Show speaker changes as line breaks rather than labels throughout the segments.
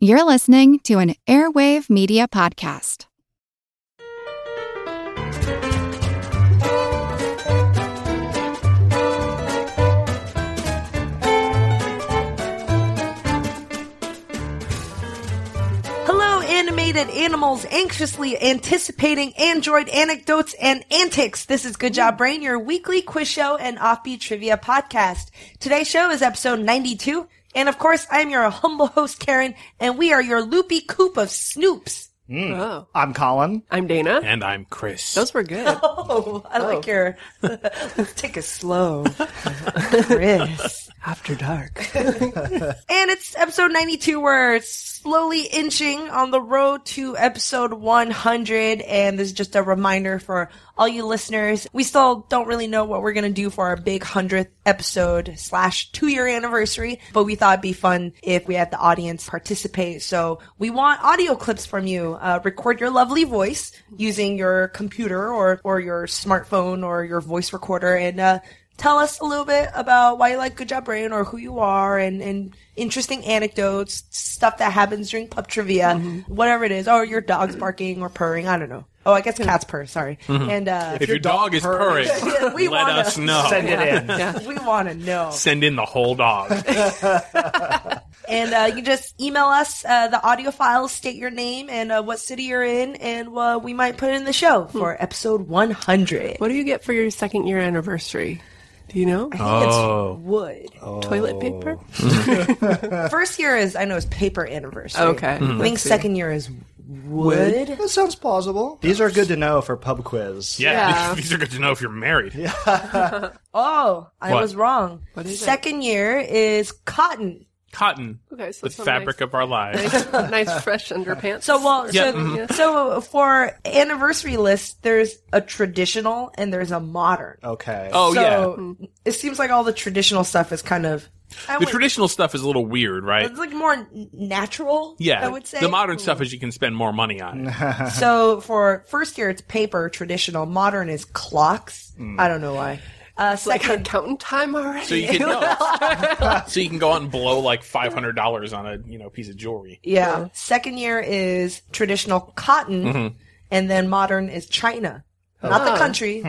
You're listening to an Airwave Media Podcast.
Hello, animated animals anxiously anticipating android anecdotes and antics. This is Good Job Brain, your weekly quiz show and offbeat trivia podcast. Today's show is episode 92. And of course, I'm your humble host, Karen, and we are your loopy coop of snoops.
Oh,
I'm Colin.
I'm Dana.
And I'm Chris.
Those were good.
Oh, I like your. Take it slow. Chris.
After dark.
And it's episode 92. We're slowly inching on the road to episode 100. And this is just a reminder for all you listeners. We still don't really know what we're going to do for our big 100th episode slash two year anniversary, but we thought it'd be fun if we had the audience participate. So we want audio clips from you. Uh, record your lovely voice using your computer or, or your smartphone or your voice recorder and, uh, tell us a little bit about why you like Good Job Brain or who you are and, and interesting anecdotes, stuff that happens during pub trivia, whatever it is, or your dog's barking or purring. I don't know. Oh, I guess cats purr. Sorry. And uh,
if your dog, is purring,
Yeah, we
let
wanna-
us know.
Send it in.
we want to know.
Send in the whole dog.
And uh, you can just email us uh, the audio files, state your name and uh, what city you're in, and uh, we might put it in the show for episode 100.
What do you get for your second year anniversary? Do you know?
I think
Oh.
it's wood.
Toilet paper?
First year is, I know, is paper anniversary.
Okay.
I think
Let's see.
second year is wood.
That sounds plausible. These are good to know for pub quiz.
Yeah,
Yeah.
these are good to know if you're married.
Oh, I
What?
was wrong.
is it?
Second year is cotton.
Cotton,
Okay, so
the fabric of our lives.
Nice, nice fresh underpants.
So well,
Yeah,
so,
mhm.
so for anniversary list, there's a traditional and there's a modern.
Okay.
Oh yeah,
so yeah. It seems like all the traditional stuff is kind of I
the
would-
traditional stuff is a little weird, right?
It's like more n- natural.
Yeah,
I would say Hmm.
the modern stuff is you can spend more money on. it.
So for first year, it's paper traditional. Modern is clocks.
Mm.
I don't know why. Uh,
like
second,
I'm counting time already.
So you can no. so you can go out and blow like five hundred dollars on a you know piece of jewelry.
yeah. Second year is traditional cotton, and then modern is China, not the country.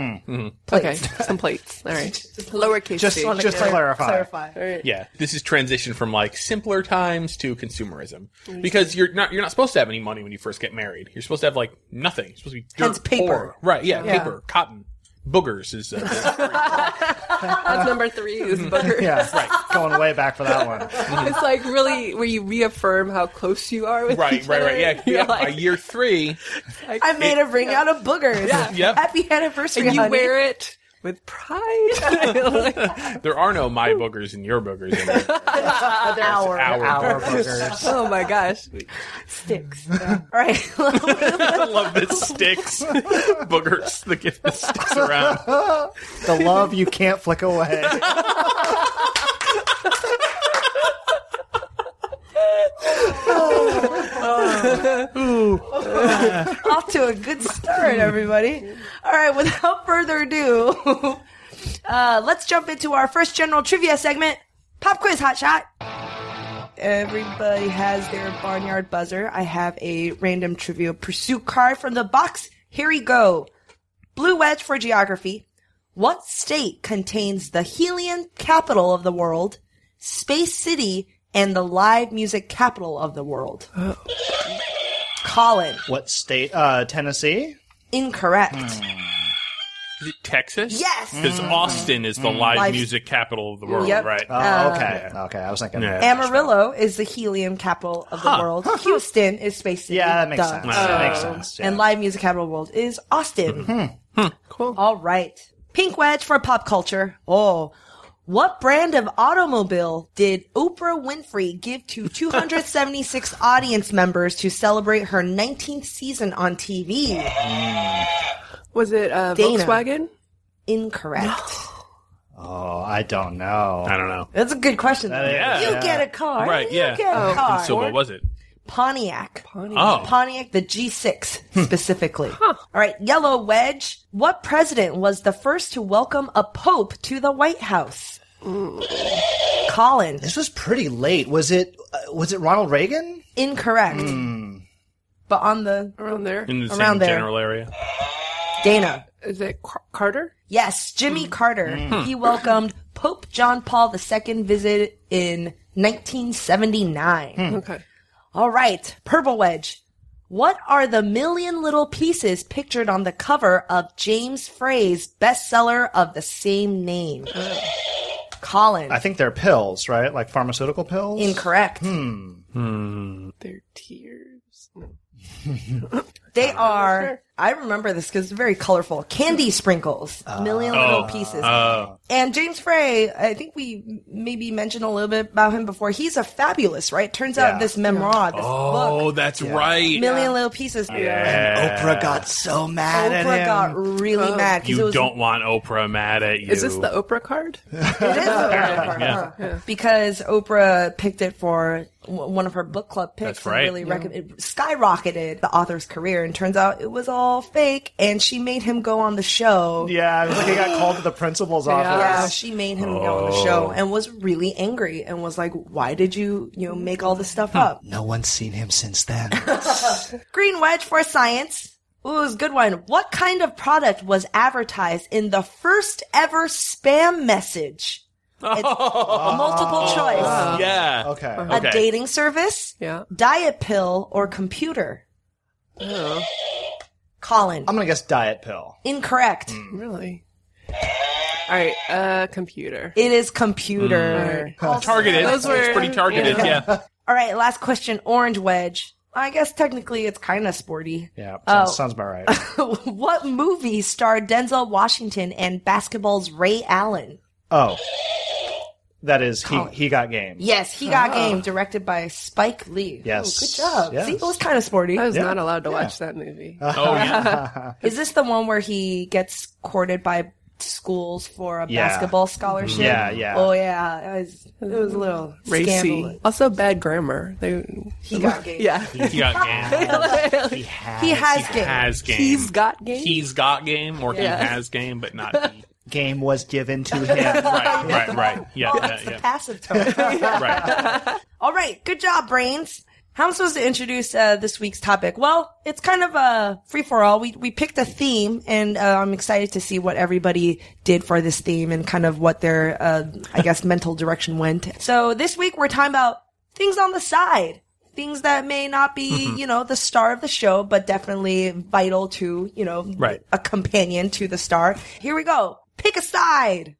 okay, some plates. All right. Lowercase
Just-
c.
just- to clarify.
All right.
Yeah, this is transition from like simpler times to consumerism because you're not you're not supposed to have any money when you first get married. You're supposed to have like nothing. You're supposed to be dirt
Hence paper.
poor. right? Yeah,
Yeah.
paper, cotton, boogers is. Uh,
That's number three is butter.
Yeah. Going way back for that one.
It's like really where you reaffirm how close you are with
Right,
each
right,
other.
right. Yeah,
You're
yeah.
like-
by year three,
I made a ring out of boogers.
Yep.
Happy anniversary,
you
honey.
wear it with pride. Like,
there are no my boogers and your boogers. Anymore.
an hour.
Hour.
Our burgers.
oh my gosh.
Sticks. All right.
I love that sticks. boogers, the gift that sticks around.
The love you can't flick away.
Off to a good start, everybody. All right. Without further ado, uh, let's jump into our first general trivia segment Pop Quiz Hot Shot. Everybody has their barnyard buzzer. I have a random trivia pursuit card from the box. Here we go. Blue wedge for geography. What state contains the Helian capital of the world, Space City, and the live music capital of the world? Colin,
What state? Uh, Tennessee?
incorrect.
Is it Texas?
Yes.
Because Austin is the live,
Live-
music capital of the world,
Yep.
right?
Oh,
Uh,
okay. Okay. I was thinking.
Yeah.
Amarillo is the helium capital of the world. Houston is space city.
Yeah, that makes
Duh.
sense. That makes sense. yeah.
And live music capital of the world is Austin.
Cool.
All right. Pink wedge for pop culture. Oh. What brand of automobile did Oprah Winfrey give to 276 audience members to celebrate her 19th season on TV?
Was it uh,
Dana.
Volkswagen?
Incorrect.
oh, I don't know.
I don't know.
That's a good question. though.
is.
you
Yeah.
get a car.
Right,
You
yeah.
get a car.
So what was it?
Pontiac.
Oh.
Pontiac, the G6 specifically. All right, Yellow Wedge. What president was the first to welcome a pope to the White House? Colin.
This was pretty late. Was it? Uh, was it Ronald Reagan?
Incorrect. But on the
Around there.
in the
Around
same
there.
general area.
Dana.
Is it Car- Carter?
Yes, Jimmy Carter. He welcomed Pope John Paul II visit in 1979.
Okay.
All right, Purple Wedge. What are the million little pieces pictured on the cover of James Frey's bestseller of the same name? Colin.
I think they're pills, right? Like pharmaceutical pills.
Incorrect.
Their tears. No.
They are. I remember this because it's very colorful. Candy sprinkles, million little pieces. and James Frey, I think we m- maybe mentioned a little bit about him before. He's a fabulous, right? Turns
Yeah.
out this memoir, this
Oh,
book,
that's right.
million little pieces.
Oprah got so mad at
Oprah
him.
got really mad because
You
it was
don't want Oprah mad at you.
Is this the Oprah card?
It is Oprah card, huh? Because Oprah picked it for w- one of her book club picks.
That's right.
And really recom- it skyrocketed the author's career, and turns out it was all fake. And she made him go on the show.
Yeah, it was like he got called to the principal's
Yeah,
office.
she made him go on the
Oh.
show and was really angry and was like, "Why did you, you know, make all this stuff up?"
No one's seen him since then.
Green wedge for science. Ooh, it was a good one. What kind of product was advertised in the first ever spam message? It's multiple
Oh.
choice.
yeah.
Okay.
A
Okay.
dating service,
Yeah.
diet pill, or computer?
Oh,
Colin.
I'm gonna guess diet pill.
Incorrect.
Hmm.
really? All right. Uh, computer.
It is computer.
Hmm.
Targeted.
Those were-
it's pretty targeted. Yeah.
All right, last question. Orange wedge. I guess technically it's kind of sporty.
Yeah, sounds,
Oh.
sounds about right.
what movie starred Denzel Washington and basketball's Ray Allen?
Oh, that is he. He got game.
Yes, he
Ah.
got game. Directed by Spike Lee.
Yes.
Ooh, good job.
Yes.
See, it was kind of sporty.
I was
Yeah.
not allowed to
Yeah.
watch that movie.
Oh yeah.
Is this the one where he gets courted by schools for a
Yeah.
basketball scholarship?
Yeah, yeah.
Oh yeah, it was, it was a little
Racy.
scandalous.
Also bad grammar. They.
He got game.
Yeah.
He got game.
He has,
He has
He
game.
has game.
He's got game.
He's got game, or
Yeah.
he has game, but not he.
game was given to him.
Right, right, right. Yeah,
Oh,
yeah,
that's the
yeah.
passive tone.
Right.
All right, good job, brains. How am I supposed to introduce uh, this week's topic? Well, it's kind of a free for all. We we picked a theme, and uh, I'm excited to see what everybody did for this theme and kind of what their, uh, I guess, mental direction went. So this week we're talking about things on the side, things that may not be,
Mm-hmm.
you know, the star of the show, but definitely vital to, you know,
Right.
a companion to the star. Here we go. Pick a side.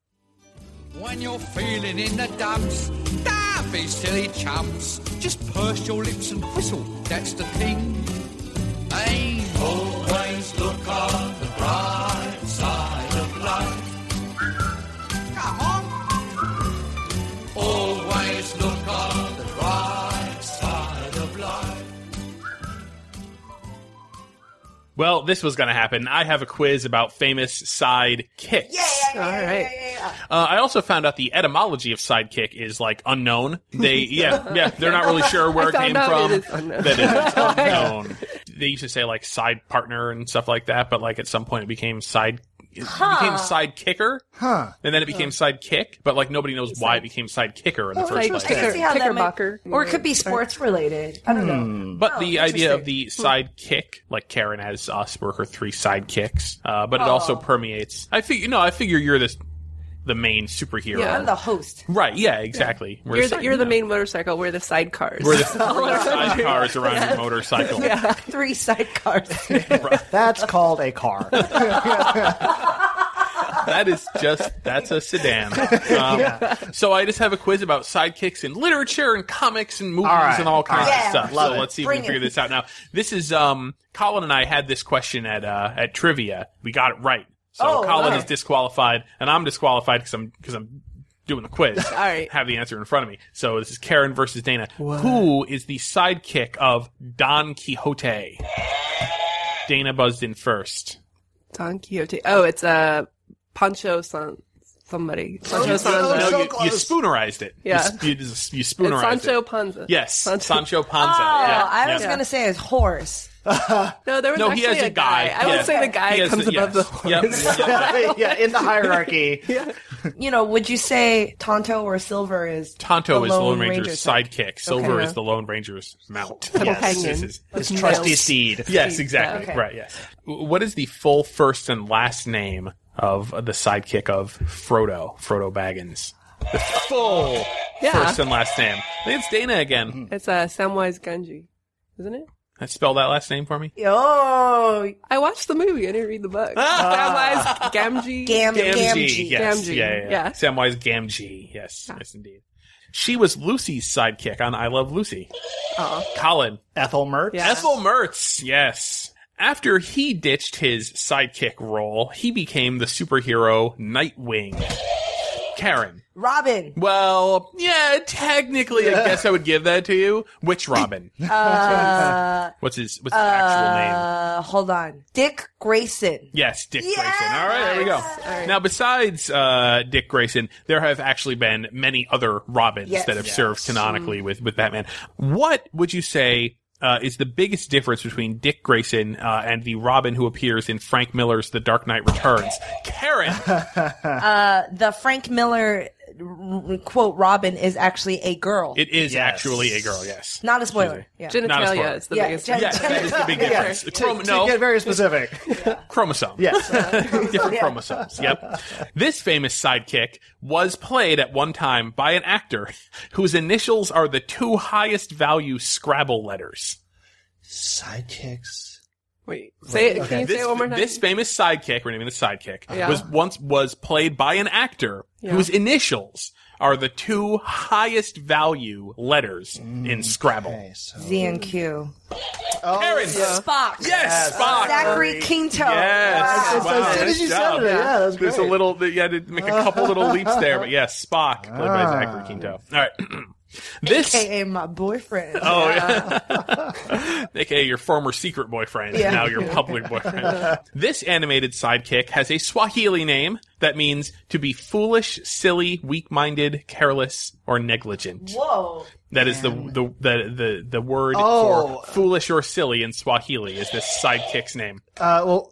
When you're feeling in the dumps, don't be silly chumps. Just purse your lips and whistle, that's the thing. Hey, always look on the bright side of life. Come on. Always look on the bright side of life.
Well, this was going to happen. I have a quiz about famous side kicks.
All right.
Uh, I also found out the etymology of sidekick is like unknown. They yeah yeah they're not really sure where
I
it
found
came
out
from.
it is unknown. Oh
That it is unknown. They used to say like side partner and stuff like that, but like at some point it became side. It became side kicker,
Huh.
and then it became side kick, but like nobody knows why it became side kicker in the first
Like
place.
I can
kicker,
see how that might-
kickerbacker.
or it could be sports related. I don't know.
But
Oh,
the idea of the sidekick, like Karen has us, we're her three sidekicks. Uh, but it
Oh.
also permeates. I figure, no, I figure you're this, the main superhero.
Yeah,
I'm the host.
right? Yeah, exactly. We're
You're
si-
the, you're the
no.
main motorcycle. We're the sidecars.
We're the, we're the sidecars around your motorcycle.
Three sidecars.
That's called a car.
That is just that's a sedan. Um, So I just have a quiz about sidekicks in literature and comics and movies
All right.
and all
All
kinds
right.
of stuff.
Yeah. Love
so
it.
let's see
Bring
if we can
it.
figure this out. Now this is um, Colin and I had this question at uh, at trivia. We got it right. So
Oh,
Colin
wow.
is disqualified and I'm disqualified because I'm because I'm doing the quiz. all
right.
have the answer in front of me. So this is Karen versus Dana. Who is the sidekick of Don Quixote? Dana buzzed in first.
Don Quixote. Oh, it's uh, Pancho San somebody. Sancho
No,
Sancho.
so
you, you
close.
spoonerized it. You
Yeah.
sp- You, s- you
It's
spoonerized
Sancho
it.
Panza.
Yes,
Sancho.
Sancho Panza.
Oh,
yeah.
I
yeah.
was gonna say it's horse.
No, there was
No, he
actually
has a guy. Yeah.
I would say the guy
He has
comes
the-
above the
yes. Yep.
horse.
yeah, in the hierarchy.
You know, would you say Tonto or Silver is
Tonto
the
is the
Lone
Lone Ranger's
Ranger's
sidekick. Silver
Okay.
is the Lone Ranger's mount.
Yes.
This is-
His
Nails.
trusty steed.
yes, exactly.
Okay.
Right. Yes. W- What is the full first and last name of the sidekick of Frodo? Frodo Baggins. The full
Yeah.
first and last name. I think it's Dana again.
It's uh, Samwise Ganji, isn't it?
Spell that last name for me.
Oh,
I watched the movie. I didn't read the book. Samwise Gamgee.
Gam-
Ah. Gamgee.
Gamgee.
Yes.
Gamgee,
Yeah, yeah, yeah.
yeah.
Samwise Gamgee. Yes. Yes, indeed. She was Lucy's sidekick on I Love Lucy. Colin.
Ethel Mertz.
Yeah.
Ethel Mertz. Yes. After he ditched his sidekick role, he became the superhero Nightwing. Karen.
Robin.
Well, yeah, technically, I guess I would give that to you. Which Robin?
Uh,
What's his What's his actual name?
uh, hold on. Dick Grayson.
Yes, Dick
Yes!
Grayson. All right, there we go.
right.
Now, besides uh, Dick Grayson, there have actually been many other Robins
Yes.
that have
Yes.
served canonically with, with Batman. What would you say uh, is the biggest difference between Dick Grayson uh, and the Robin who appears in Frank Miller's The Dark Knight Returns? Karen!
Uh, the Frank Miller r- quote Robin is actually a girl.
It is
Yes.
actually a girl, yes.
Not a spoiler. Yeah.
Not a spoiler.
Genitalia is the
Yeah,
biggest.
gen-
Yes, that is the big
Yeah,
difference.
to,
Chrom-
to
no,
get very specific.
chromosome.
Yes.
different chromosomes. Yep. This famous sidekick was played at one time by an actor whose initials are the two highest value Scrabble letters.
Sidekicks.
Wait, say it. Can
Okay.
you say
This,
it one more time?
this famous sidekick, we're naming the sidekick,
Yeah.
was once was played by an actor
Yeah.
whose initials are the two highest value letters
Mm.
in Scrabble.
Okay, so.
Z and Q.
Oh,
Karen.
yeah.
Spock.
Yes, Spock.
Zachary Quinto.
Yes. Oh,
As-
Wow,
as soon
nice
as you
job.
said it, yeah, that was
There's
great.
a little, you had to make a couple little leaps there, but yes, Spock, played by
Ah.
Zachary Quinto. All right. this.
AKA my boyfriend.
Oh, yeah. AKA your former secret boyfriend,
Yeah.
now your public boyfriend. this animated sidekick has a Swahili name that means to be foolish, silly, weak minded, careless, or negligent.
Whoa.
That is the, the, the, the, the word
Oh.
for foolish or silly in Swahili, is this sidekick's name.
Uh, well,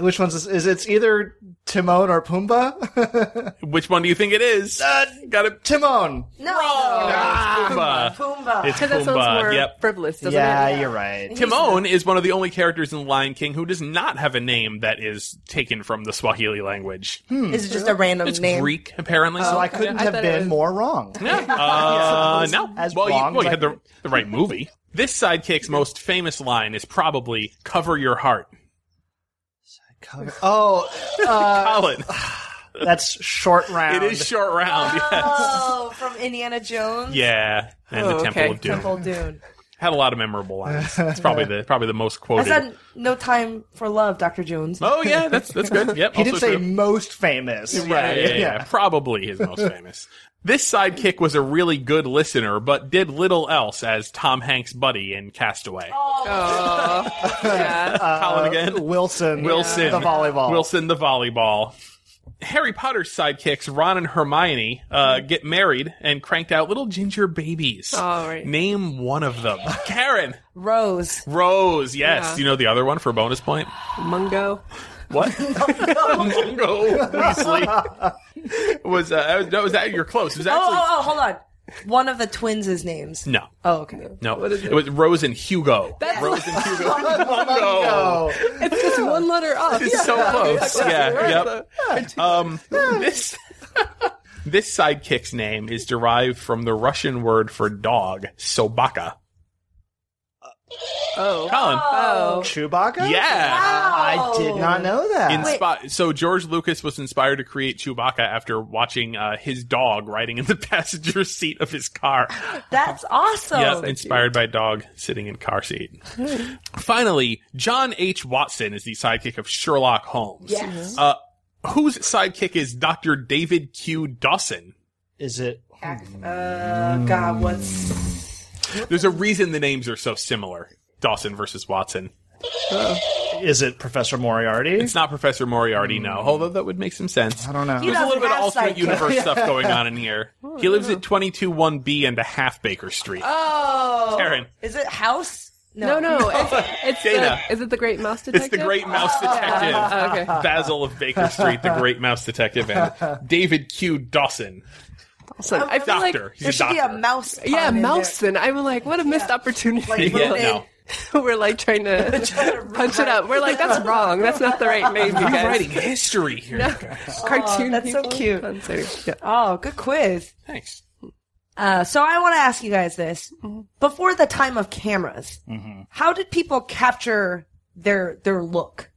which one's this? Is it's either Timon or Pumbaa?
Which one do you think it is?
Ah.
Uh, Got it.
Timon.
No.
Ah, Pumbaa.
Pumbaa.
It's
Because that sounds
Pumbaa,
more
yep.
frivolous, doesn't
Yeah,
it?
you're right.
Timon is one of the only characters in Lion King who does not have a name that is taken from the Swahili language.
This is just a random
It's
name.
Greek, apparently.
So Hmm. Oh, I couldn't
I
have
thought it
been
was-
more wrong.
Yeah. Uh, no.
As
well,
wrong
you, well,
as
you
I
had the, the right movie. This sidekick's most famous line is probably "Cover your heart."
Cover- Oh, uh,
Colin,
that's short round.
it is short round.
Oh, from Indiana Jones.
Yes. Yeah, and
Oh,
the Temple
okay.
of Doom
Temple Dune.
had a lot of memorable lines. It's probably the probably the most
I
quoted.
said no time for love, Doctor Jones.
oh yeah, that's that's good. Yep.
He didn't
also
say
true.
most famous.
Yeah, yeah, yeah, yeah. Probably his most famous. This sidekick was a really good listener, but did little else as Tom Hanks' buddy in Castaway.
Oh, yeah.
Colin again.
Wilson.
Wilson.
The volleyball.
Wilson the volleyball. Harry Potter's sidekicks, Ron and Hermione,
Mm-hmm.
uh, get married and cranked out little ginger babies.
All Oh, right.
Name one of them. Karen.
Rose.
Rose. Yes.
Yeah.
You know the other one for bonus point?
Mungo.
What? Mungo Weasley. was, uh, that was that, you're close. It was
Oh,
actually.
oh, oh, hold on. One of the twins' names.
No.
Oh, okay.
No. it? was Rose and Hugo.
That's-
Rose and Hugo. Mungo.
Oh,
It's just one letter off.
It's so close. Yeah. Yep. Um, this this sidekick's name is derived from the Russian word for dog, sobaka. Uh,
Oh.
Colin,
Oh.
Chewbacca?
yeah.
I did not know that.
Inspi- so George Lucas was inspired to create Chewbacca after watching uh, his dog riding in the passenger seat of his car.
That's awesome.
yeah, inspired by dog sitting in car seat. Finally, John H. Watson is the sidekick of Sherlock Holmes.
Mm-hmm.
Yes.
Uh, whose sidekick is Dr. David Q. Dawson?
Is it?
Uh, God, what's
There's a reason the names are so similar. Dawson versus Watson.
Is it Professor Moriarty?
It's not Professor Moriarty, no. Although that would make some sense.
I don't know.
You
There's a little bit of
Mm. have Oh,
alternate
sidekicks.
universe stuff going on in here. He lives at 221B and a half Baker Street.
oh?
Karen.
Is it House?
No, no, it's, it's
Dana.
the, is it the Great Mouse Detective?
It's the Great Mouse Detective.
Oh, okay.
Basil of Baker Street, the Great Mouse Detective, and David Q. Dawson.
Awesome. I feel like
Doctor. He's
There
a
should be
doctor.
a mouse. pun
yeah,
in there.
mouse. Then I'm like, what a missed opportunity.
Like,
Yeah,
Mooney.
no.
We're like trying to punch it up. We're like, that's wrong. That's not the right name, you
I'm
guys.
writing history here.
Cartoon.
that's so
people.
cute.
That's so- yeah.
Oh, good quiz.
Thanks.
Uh, so I want to ask you guys this: before the time of cameras, how did people capture their their look,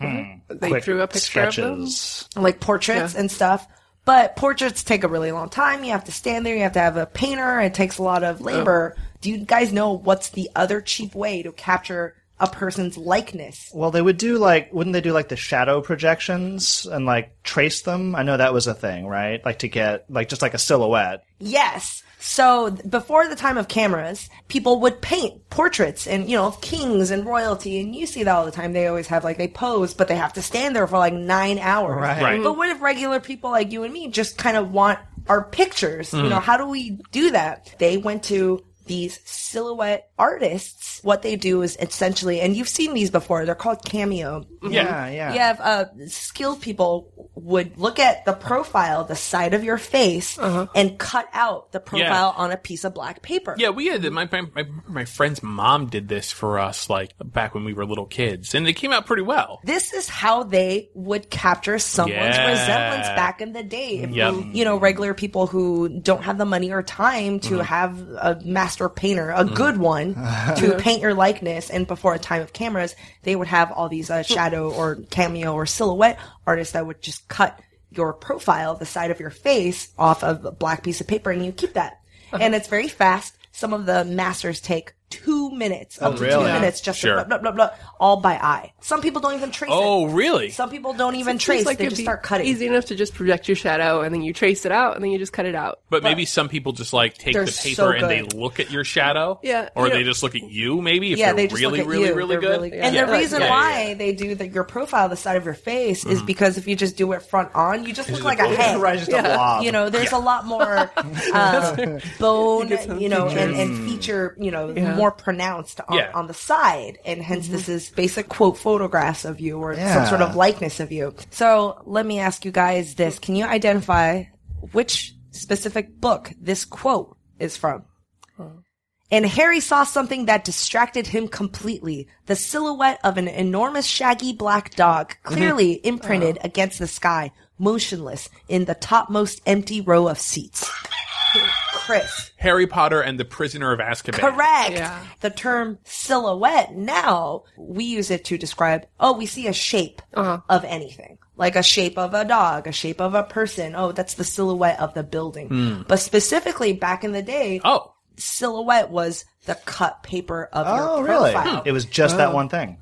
They
Quick
drew a picture of them.
sketches.
like portraits and stuff? But portraits take a really long time. You have to stand there. You have to have a painter. It takes a lot of labor. Do you guys know what's the other cheap way to capture a person's likeness?
Well, they would do like, wouldn't they do like the shadow projections and like trace them? I know that was a thing, right? Like to get like just like a silhouette.
Yes. So th- before the time of cameras, people would paint portraits and, you know, of kings and royalty. And you see that all the time. They always have like, they pose, but they have to stand there for like nine hours.
Right.
Right.
But what if regular people like you and me just kind of want our pictures? You know, how do we do that? They went to these silhouette artists. What they do is essentially, and you've seen these before, they're called cameo.
Yeah.
Yeah, yeah.
You have uh, skilled people would look at the profile, the side of your face, and cut out the profile on a piece of black paper.
Yeah, we had my, my my my friend's mom did this for us like back when we were little kids, and it came out pretty well.
This is how they would capture someone's
Yeah.
resemblance back in the day. If,
Yep.
You know, regular people who don't have the money or time to
Mm-hmm.
have a master painter, a good one, to paint your likeness. And before a time of cameras, they would have all these uh, shadow or cameo or silhouette artists that would just cut your profile, the side of your face, off of a black piece of paper, and you keep that. And it's very fast. Some of the masters take two minutes,
Oh,
up to two
really?
minutes, just
Sure.
to blah, blah, blah, blah, all by eye. Some people don't even trace
Oh,
it.
really?
Some people don't even
Seems
trace.
like
they
it'd
just
be
start cutting.
Easy enough to just project your shadow, and then you trace it out, and then you just cut it out.
But maybe some people just like take
They're
the paper
so
and they
good.
look at your shadow.
Yeah,
Or
you
they
know-
just look at you maybe if
Yeah,
they're
they just
really,
look at
really,
you.
really
They're
good.
really-
Yeah.
And
Yeah.
the reason
Yeah, Mm-hmm. yeah,
why they do the, your profile, the side of your face, is because if you just do it front on, you just look like a head.
right, just a blob.
You know, there's a lot more uh, bone, you know, and, and feature, you know, more pronounced on,
Mm. Yeah.
on the side. And hence, this
Mm-hmm.
is basic quote photographs of you or some sort of
Yeah.
likeness of you. So let me ask you guys this. Can you identify which specific book this quote is from? And Harry saw something that distracted him completely. The silhouette of an enormous shaggy black dog, clearly imprinted against the sky, motionless in the topmost empty row of seats. Chris.
Harry Potter and the Prisoner of Azkaban.
Correct.
Yeah.
The term silhouette now we use it to describe oh we see a shape of anything. Like a shape of a dog, a shape of a person. Oh, that's the silhouette of the building.
Hmm.
But specifically back in the day,
Oh.
silhouette was the cut paper of
Oh,
your
really?
profile.
It was just
Oh.
that one thing.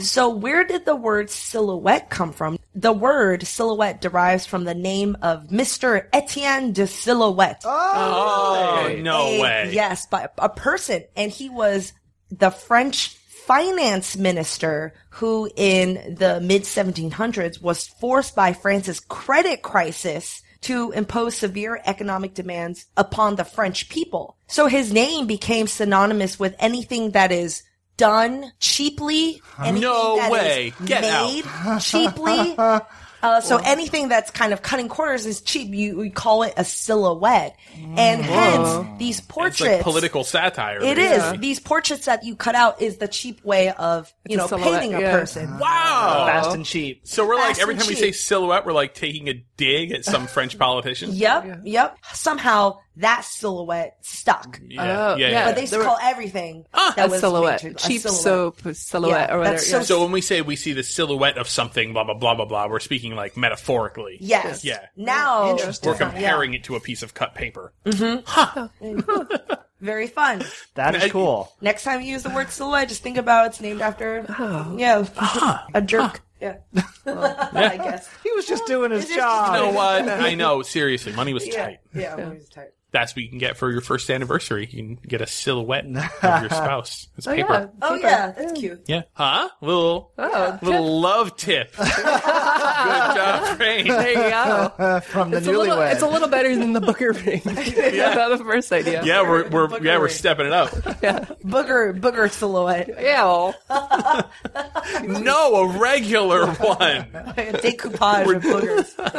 So where did the word silhouette come from? The word silhouette derives from the name of Mr. Etienne de Silhouette.
Oh, no
a-
way.
Yes, by a person. And he was the French finance minister who in the mid 1700s was forced by France's credit crisis to impose severe economic demands upon the French people. So his name became synonymous with anything that is done cheaply, anything
No
that is
way. Get out.
made cheaply. Uh, so anything that's kind of cutting corners is cheap. You we call it a silhouette, and hence these
It's
portraits.
like political satire.
It is.
basically.
these portraits that you cut out is the cheap way of you
a
know
silhouette,
painting a
yeah.
person.
Wow.
Uh-huh.
Fast and cheap.
So we're like
Fast
every
and
time we
cheap.
say silhouette, we're like taking a dig at some French politician.
Yep, yep. Somehow that silhouette stuck,
Yeah,
Oh,
yeah.
yeah.
but they used to
There
call
were- Ah!
everything that
A
was
silhouette,
painted- a
cheap
silhouette.
soap silhouette
Yeah,
or whatever.
that's
yeah.
So when we say we see the silhouette of something, blah blah blah blah blah, we're speaking like metaphorically.
Yes.
Yeah.
Now
We're
Yeah. Mm-hmm.
comparing it to a piece of cut paper.
Very fun.
That is cool.
Next time you use the word silhouette, just think about it's named after yeah a jerk. Yeah. I guess.
He was just doing his
just-
You
job.
know what? I know. Seriously, money was
Yeah.
tight.
Yeah. always tight.
That's what you can get for your first anniversary. You can get a silhouette of your spouse. It's
Oh,
paper.
yeah.
Oh
paper.
yeah, that's cute.
Yeah. Huh? Little
Oh, tip.
little love tip. Good job, Crane.
there you go.
from the
It's a, little,
newlywed.
it's a little better than the Booker ring. That's the first idea.
Yeah, we're, we're yeah we're stepping it up.
Booger booger silhouette.
Yeah. well,
No, a regular one.
Like a decoupage of boogers.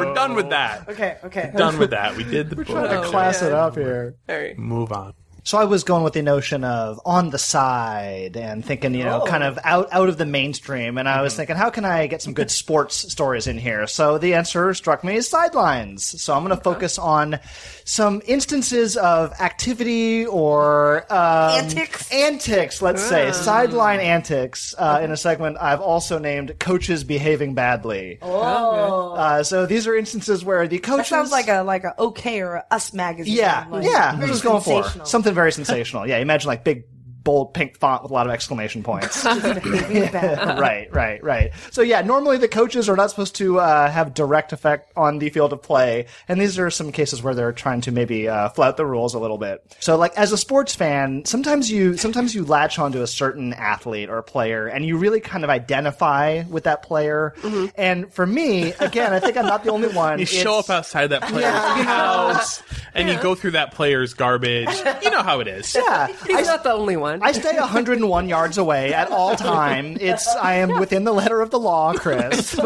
We're done with that.
Okay, okay.
Done with that. We did the
Trying to
book.
class it up here.
all right.
Move on.
So I was going with the notion of on the side and thinking, you know, kind
Oh.
of out out of the mainstream. And I
Mm-hmm.
was thinking, how can I get some good sports stories in here? So the answer struck me as sidelines. So I'm going to focus on some instances of activity or um,
Antics? Ah.
Antics, let's say sideline antics uh, in a segment I've also named "Coaches Behaving Badly."
Oh,
Uh, so these are instances where the
that
coaches
sounds like a like a OK or a Us magazine.
yeah,
like,
yeah. That's what I
very
was going for
sensational.
something very sensational. Yeah, imagine like big, bold pink font with a lot of exclamation points.
Really bad.
right, right, right. So yeah, normally the coaches are not supposed to uh, have direct effect on the field of play, and these are some cases where they're trying to maybe uh, flout the rules a little bit. So like as a sports fan, sometimes you sometimes you latch onto a certain athlete or player, and you really kind of identify with that player.
Mm-hmm.
And for me, again, I think I'm not the only one.
You show up
It's-
outside that player's house and you go through that player's garbage. You know how it is.
Yeah,
He's not the only one.
I stay 101 yards away at all time. It's I am within the letter of the law, Chris.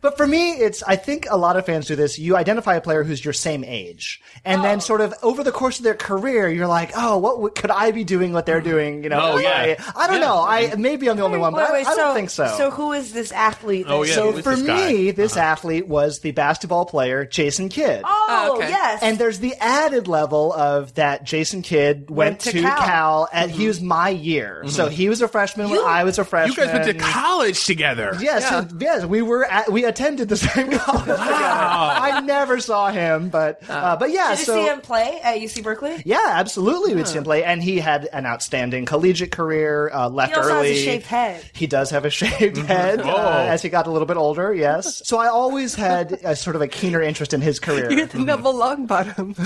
but for me, it's I think a lot of fans do this. You identify a player who's your same age, and
Oh.
then sort of over the course of their career, you're like, oh, what w- could I be doing? What they're doing? You know?
Oh, yeah.
I, I don't know. I maybe I'm the only one, but I-
Wait, wait,
I, don't think so.
So who is this athlete?
Oh,
that-
yeah.
So
who is
for
this guy? Uh-huh.
me, this athlete was the basketball player Jason Kidd.
Oh,
Okay.
yes.
And there's the added level of that Jason Kidd went, to, Cal, and
Mm-hmm.
he was my year. So he was a freshman when I was a
You
freshman.
guys went to college together.
Yes, yes, we were at, we attended the same college. together. I never saw him, but uh, but yeah,
Did you
so
see him play at UC Berkeley?
yeah, absolutely, we'd see him play, and he had an outstanding collegiate career. Uh, left
He also
early.
has a shaved head. Mm-hmm.
He does have a shaved head uh,
Oh.
as he got a little bit older. Yes, so I always had a sort of a keener interest in his career.
You're the Neville Longbottom.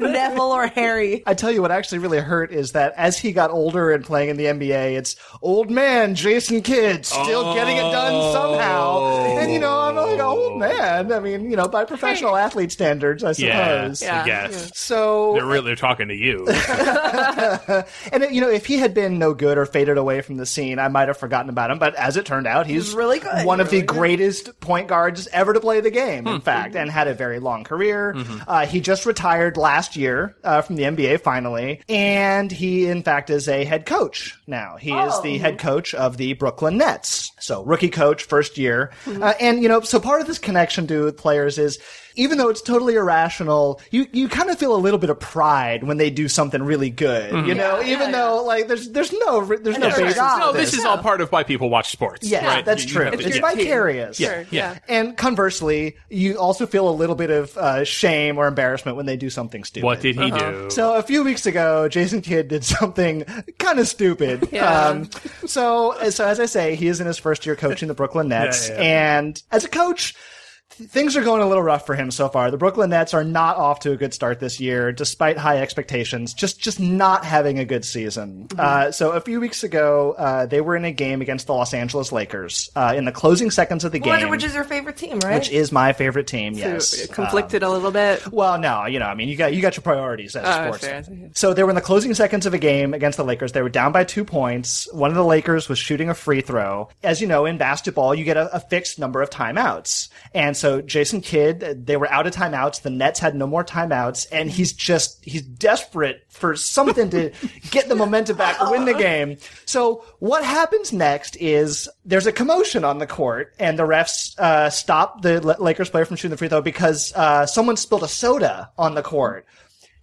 Neville or Harry.
I tell you what actually really hurt is that as he got older and playing in the NBA, it's old man Jason Kidd still getting it done somehow. And you know, I'm like "Oh, old man. I mean, you know, by professional athlete standards, I
Yeah,
suppose.
I
Yeah.
guess. They're
So,
really they're talking to you.
and you know, if he had been no good or faded away from the scene, I might have forgotten about him. But as it turned out, he's
really good.
one of the greatest point guards ever to play the game, in fact, and had a very long career. Uh, he just retired last year uh, from the NBA finally, and he, in fact, is a head coach now. He is the head coach of the Brooklyn Nets. So, rookie coach, first year. Uh, and, you know, so part of this connection to with players is. Even though it's totally irrational, you, you kind of feel a little bit of pride when they do something really good, you know. even though like there's there's no re- there's no
there's
basis.
not.
to
no, this is all part of why people watch sports.
yeah,
right?
that's
You- you
true.
have-
It's,
yeah.
vicarious.
Yeah, yeah.
And conversely, you also feel a little bit of uh, shame or embarrassment when they do something stupid.
What did he do?
Uh-huh. So a few weeks ago, Jason Kidd did something kind of stupid.
Yeah.
Um, so, so as I say, he is in his first year coaching the Brooklyn Nets,
Yeah, yeah, yeah.
and as a coach. th- Things are going a little rough for him so far. The Brooklyn Nets are not off to a good start this year, despite high expectations. Just, just not having a good season. Uh, so a few weeks ago, uh, they were in a game against the Los Angeles Lakers uh, in the closing seconds of the
Which-
game,
Which is your favorite team, right?
which is my favorite team. Yes, Uh,
Conflicted a little bit.
well, no, you know, I mean, you got you got your priorities as a
Oh,
sports.
sure,
fan.
I see.
So they were in the closing seconds of a game against the Lakers. They were down by two points. One of the Lakers was shooting a free throw. As you know, in basketball, you get a, a fixed number of timeouts. And so Jason Kidd, they were out of timeouts. The Nets had no more timeouts, and he's just he's desperate for something to get the momentum back, win the game. So what happens next is there's a commotion on the court, and the refs uh, stop the L- Lakers player from shooting the free throw because uh, someone spilled a soda on the court.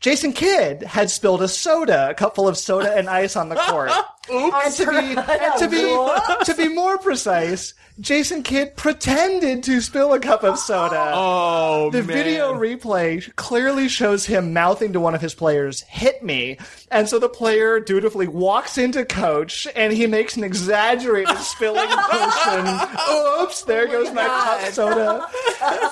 Jason Kidd had spilled a soda, a cup full of soda and ice on the court. And to be and to be to be more precise, Jason Kidd pretended to spill a cup of soda.
Oh,
The
man.
video replay clearly shows him mouthing to one of his players, hit me. And so the player dutifully walks into coach and he makes an exaggerated spilling motion.
Oh
Oops, there goes my cup soda.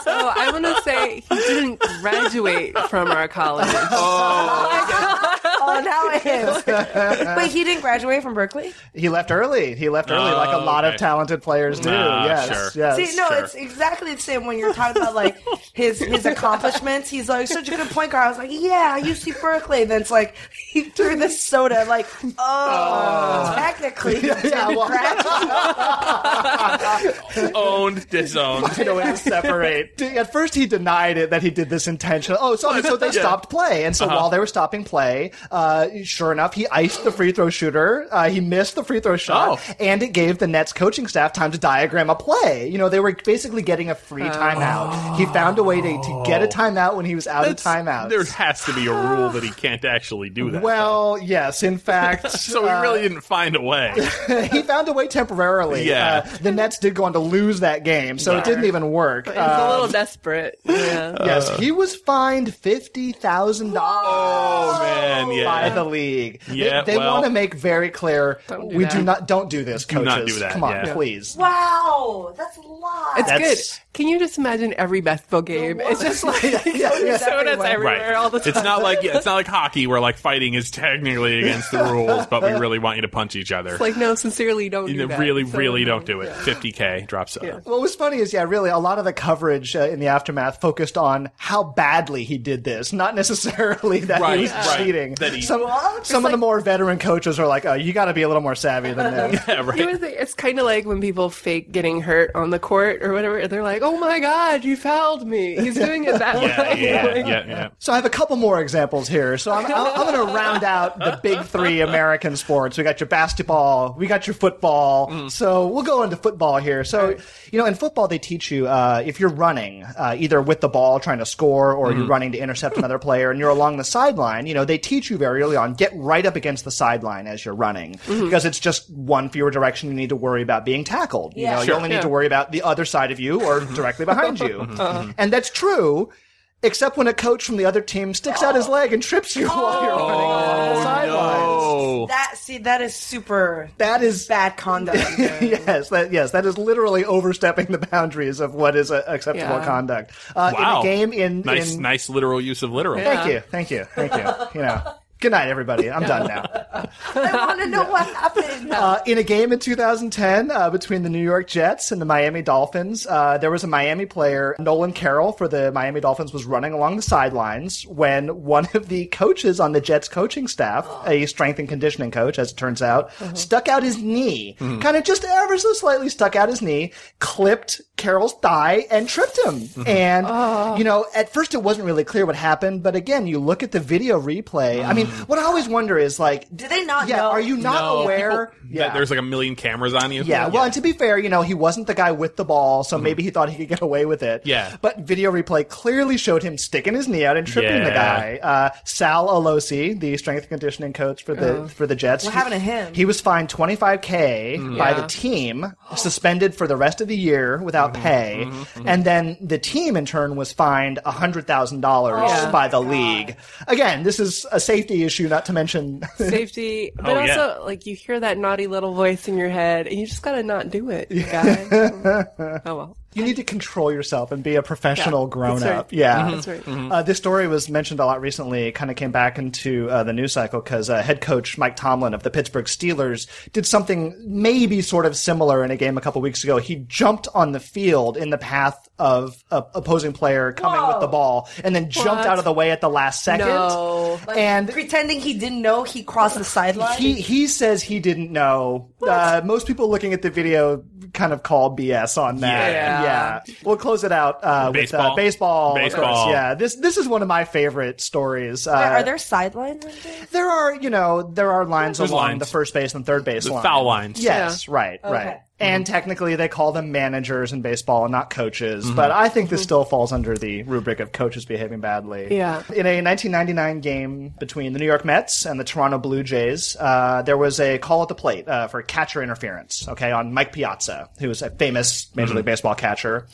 So I want to say he didn't graduate from our college.
Oh, now it is. Wait, he didn't graduate from Berkeley?
He left early. He left early, like a
Oh,
lot
okay.
of talented players do.
Ah,
yes,
sure.
yes.
See, no,
Sure.
it's exactly the same when you're talking about like his his accomplishments. He's like such a good point guard. I was like, yeah, UC Berkeley. Then it's like he threw this soda. Like, oh, technically, he didn't
Oh. Yeah, well-
graduate.
Owned, disowned.
find a way to separate. At first, he denied it that he did this intentionally. Oh, so, so they stopped play, and so
Uh-huh.
while they were stopping play, uh, sure enough, he iced the free throw shooter. Uh, he missed the free throw shot,
Oh.
and it gave the Nets coaching staff time to diagram a play. You know, they were basically getting a
Oh.
free timeout. He found a way to, to get a timeout when he was out of timeouts.
There has to be a rule that he can't actually do that.
well, yes, in fact. uh,
so he really didn't find a way.
he found a way temporarily.
Yeah.
Uh, the Nets did go on to lose that game, so it didn't even work.
He's
Uh,
a little desperate. Yeah.
Yes,
Uh.
he was fined fifty thousand dollars
Oh man, yeah.
by the league. They-
Yeah,
they,
well-
want to make very clear
do
we
that.
do not don't do this, coaches.
not do that,
Come on,
yeah.
please.
Wow, that's a lot.
It's
That's-
good. Can you just imagine every basketball game? It's just like
yeah.
sodas everywhere,
Right.
all the time.
It's not like yeah, it's not like hockey where like fighting is technically against the rules, but we really want you to punch each other.
It's like no, sincerely, don't
you
do that.
really,
So-
really don't do it. 50k drops up.
What was funny is, yeah, really, a lot of the coverage uh, in the aftermath focused on how badly he did this, not necessarily that
Right,
he was
right.
cheating.
That he-
some some of the more veteran coaches are like, "Oh, you got to be a little more savvy than this."
Yeah, right.
You know, it's like- it's kind of like when people fake getting hurt on the court or whatever. and They're like, "Oh my god, you fouled me." He's doing it that
yeah,
way.
yeah, yeah, yeah.
So I have a couple more examples here. So I'm, I'm, I'm going to round out the big three American sports. We got your basketball, we got your football.
Mm-hmm.
So we'll go into football here. So you know, in football they teach you uh, if you're running, uh, either with the ball trying to score or
Mm-hmm.
you're running to intercept another player, and you're along the sideline. You know, they teach you very early on get right up against the sideline as you're running
Mm-hmm.
because it's just one fewer direction you need to worry about being tackled. You
Yeah. Mm-hmm.
know, you
Sure.
only need to worry about the other side of you or directly behind you, and that's true except when a coach from the other team sticks out his leg and trips you while you're running along the sideline.
Oh,
that see, that is super
That is
bad conduct.
yes, that yes, that is literally overstepping the boundaries of what is uh, acceptable
Yeah.
conduct. Uh,
wow.
In a game, in
nice,
in,
nice literal use of literal.
Thank you, thank you, thank you. You know. Good night, everybody. I'm done now.
I want to know what happened.
Uh, in a game in 2010 uh, between the New York Jets and the Miami Dolphins, uh, there was a Miami player, Nolan Carroll, for the Miami Dolphins, was running along the sidelines when one of the coaches on the Jets coaching staff, a strength and conditioning coach, as it turns out, stuck out his knee, kind of just ever so slightly stuck out his knee, clipped Carroll's thigh, and tripped him. And, you know, at first it wasn't really clear what happened, but again, you look at the video replay. I mean, what I always wonder is like,
Did they not
yeah,
know?
are you not
No,
aware?
people- that there's like a million cameras on you.
yeah, well, and to be fair, you know, he wasn't the guy with the ball, so maybe he thought he could get away with it.
Mm-hmm. Yeah.
But video replay clearly showed him sticking his knee out and tripping the
Yeah.
guy. Uh, Sal Alosi, the strength and conditioning coach for the for the Jets.
Oh. What happened to him?
He was fined 25k
Mm-hmm.
by
Yeah.
the team, suspended for the rest of the year without
Mm-hmm.
pay, and then the team in turn was fined $100,000
Oh
by the league. Again, this is a safety issue, not to mention
Safety, but
Oh, yeah.
also like you hear that naughty little voice in your head, and you just gotta not do it, you guys. oh well,
You need to control yourself and be a professional
Yeah,
grown
that's right.
up. Yeah.
that's right.
Mm-hmm.
Uh, this story was mentioned a lot recently. It kind of came back into uh, the news cycle because uh, head coach Mike Tomlin of the Pittsburgh Steelers did something maybe sort of similar in a game a couple weeks ago. He jumped on the field in the path of a opposing player coming
Whoa.
with the ball and then jumped
What?
out of the way at the last second.
No.
and
pretending he didn't know he crossed the sideline.
he he says he didn't know. Uh, most people looking at the video kind of call BS on that.
Yeah.
Yeah. We'll close it out uh, with uh,
Baseball.
baseball. of course.
Baseball.
Yeah. This this is one of my favorite stories. Uh,
are there sidelines? on this?
there are you know there are lines
There's
along
lines.
the first base and third base
The
line.
foul lines.
Yes. Right. Right. And
Mm-hmm.
technically, they call them managers in baseball and not coaches.
Mm-hmm.
But I think
Mm-hmm.
this still falls under the rubric of coaches behaving badly.
Yeah.
In a 1999 game between the New York Mets and the Toronto Blue Jays, uh, there was a call at the plate uh, for catcher interference. Okay, on Mike Piazza, who was a famous Major League Baseball catcher,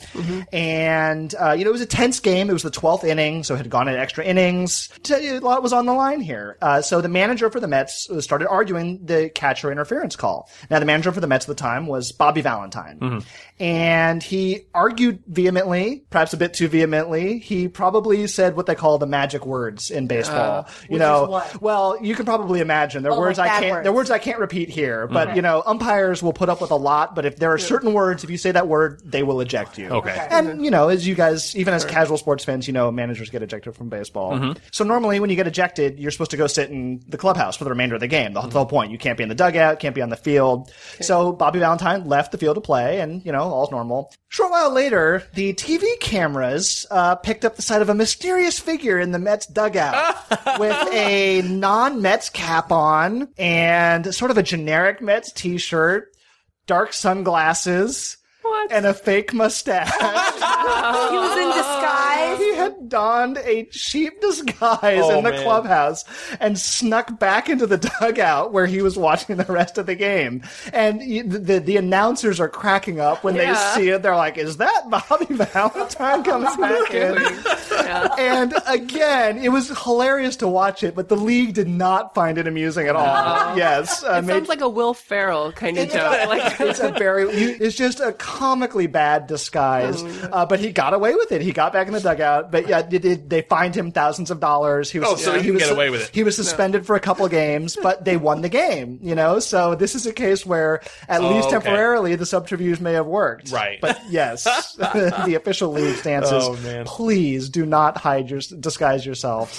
and uh, you know it was a tense game. It was the 12th inning, so it had gone into extra innings. T- A lot was on the line here. Uh, so the manager for the Mets started arguing the catcher interference call. Now the manager for the Mets at the time was Bobby Valentine. And he argued vehemently, perhaps a bit too vehemently. He probably said what they call the magic words in baseball. you know,
Uh, what?
well, you can probably imagine they're
Oh,
words
like
I
bad
can't.
words.
They're words I can't repeat here. But you know, umpires will put up with a lot. But if there are certain words, if you say that word, they will eject you.
Okay. Okay.
And you know, as you guys, even as casual sports fans, you know, managers get ejected from baseball. So normally, when you get ejected, you're supposed to go sit in the clubhouse for the remainder of the game. The, the whole point, you can't be in the dugout, can't be on the field. So Bobby Valentine left the field to play, and you know, all's normal. Short while later, the TV cameras uh, picked up the sight of a mysterious figure in the Mets dugout with a non-Mets cap on and sort of a generic Mets T-shirt, dark sunglasses. And a fake mustache.
He was in disguise.
He had donned a cheap disguise
Oh,
in the
man.
clubhouse and snuck back into the dugout where he was watching the rest of the game. And you- the the, the announcers are cracking up when
Yeah.
they see it. They're like, "Is that Bobby Valentine comes back in?"
Yeah.
And again, it was hilarious to watch it, but the league did not find it amusing at all. Yes, uh,
It sounds like a Will Ferrell kind of joke. Like,
it's a very you, it's just a comically bad disguise
Mm.
uh, but he got away with it he got back in the dugout but yeah they, they, they fined him thousands of dollars he was
Oh, so he can
was
get away with it.
he was suspended for a couple games but they won the game you know so this is a case where at least
Oh, okay.
temporarily the subterfuge may have worked
Right.
but yes the official league stance is
Oh, man.
please do not hide your disguise yourself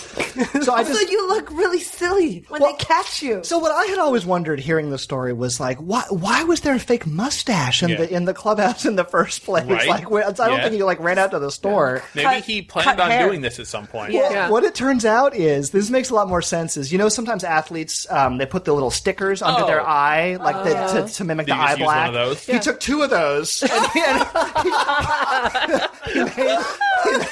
so i just
So you look really silly when
Well,
they catch you.
so what I had always wondered hearing the story was like, why why was there a fake mustache in
Yeah.
the in the clubhouse in the first place?
Right.
Like, where- I don't
Yeah.
think he like ran out to the store.
Maybe
Cut-
he planned
cut
on
hair.
doing this at some point.
Yeah.
Yeah.
What it turns out is this makes a lot more sense. Is you know sometimes athletes um, they put the little stickers under
Oh.
their eye like the,
Oh.
to, to mimic
Did
the
you just
eye
use
black.
one of those?
He took two of those and, he- and he, he made,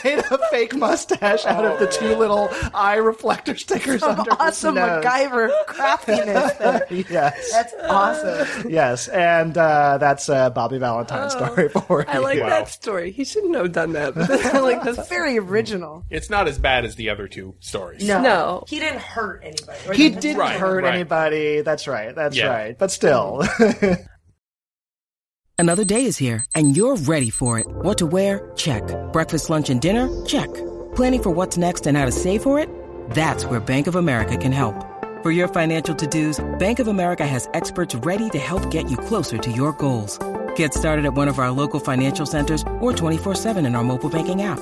he made a fake mustache out of the
Oh.
two little eye reflector stickers under
awesome
his nose.
MacGyver craftiness there.
Yes.
That's awesome.
yes, and uh, that's uh, Bobby Valentine's story for you.
Oh, I like
Wow.
that story. He shouldn't have done that. But I like this.
Very original.
It's not as bad as the other two stories.
No.
He didn't hurt anybody. right?
He didn't
Right,
hurt
right.
anybody. That's right. That's
Yeah.
right. But still,
Mm-hmm.
Another day is here, and you're ready for it. What to wear? Check. Breakfast, lunch, and dinner? Check. Planning for what's next and how to save for it? That's where Bank of America can help. For your financial to dos, Bank of America has experts ready to help get you closer to your goals. Get started at one of our local financial centers or 24-7 in our mobile banking app.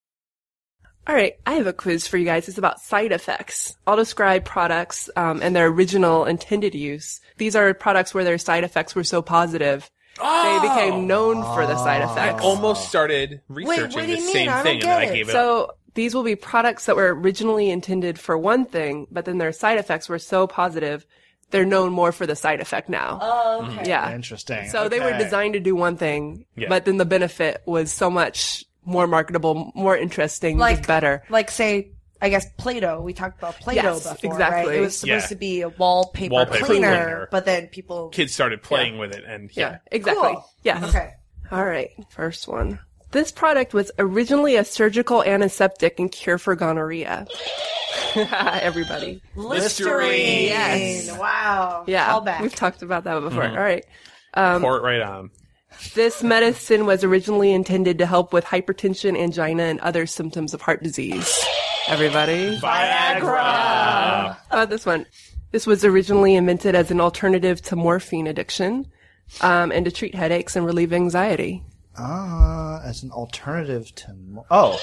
All right, I have a quiz for you guys. It's about side effects. I'll describe products um, and their original intended use. These are products where their side effects were so positive they became known for the side
I
effects.
almost started
what do
researching the
you mean?
same
I don't
thing, and
get
then I
it.
gave it up.
So these will be products that were originally intended for one thing, but then their side effects were so positive, they're known more for the side effect now.
Oh, okay.
yeah.
interesting.
So they were
Okay.
designed to do one thing,
Yeah.
but then the benefit was so much more marketable, more interesting,
Like-
just better.
Like, say, I guess Play-Doh. We talked about Play-Doh
Yes,
before, right?
exactly.
It was supposed
Yeah.
to be a wallpaper,
Wallpaper
cleaner,
cleaner.
but then people...
Kids started playing with it, and yeah.
Yeah, exactly.
Cool.
Yes.
Okay.
All right, first one. This product was originally a surgical antiseptic and cure for gonorrhea. Everybody.
Listerine.
Yes.
Wow.
Yeah.
Callback.
Mm-hmm.
We've talked about that before. All right. Um,
pour it right on.
This medicine was originally intended to help with hypertension, angina, and other symptoms of heart disease. Everybody?
Viagra.
How about this one? This was originally invented as an alternative to morphine addiction um, and to treat headaches and relieve anxiety.
Uh, as an alternative to mo- oh,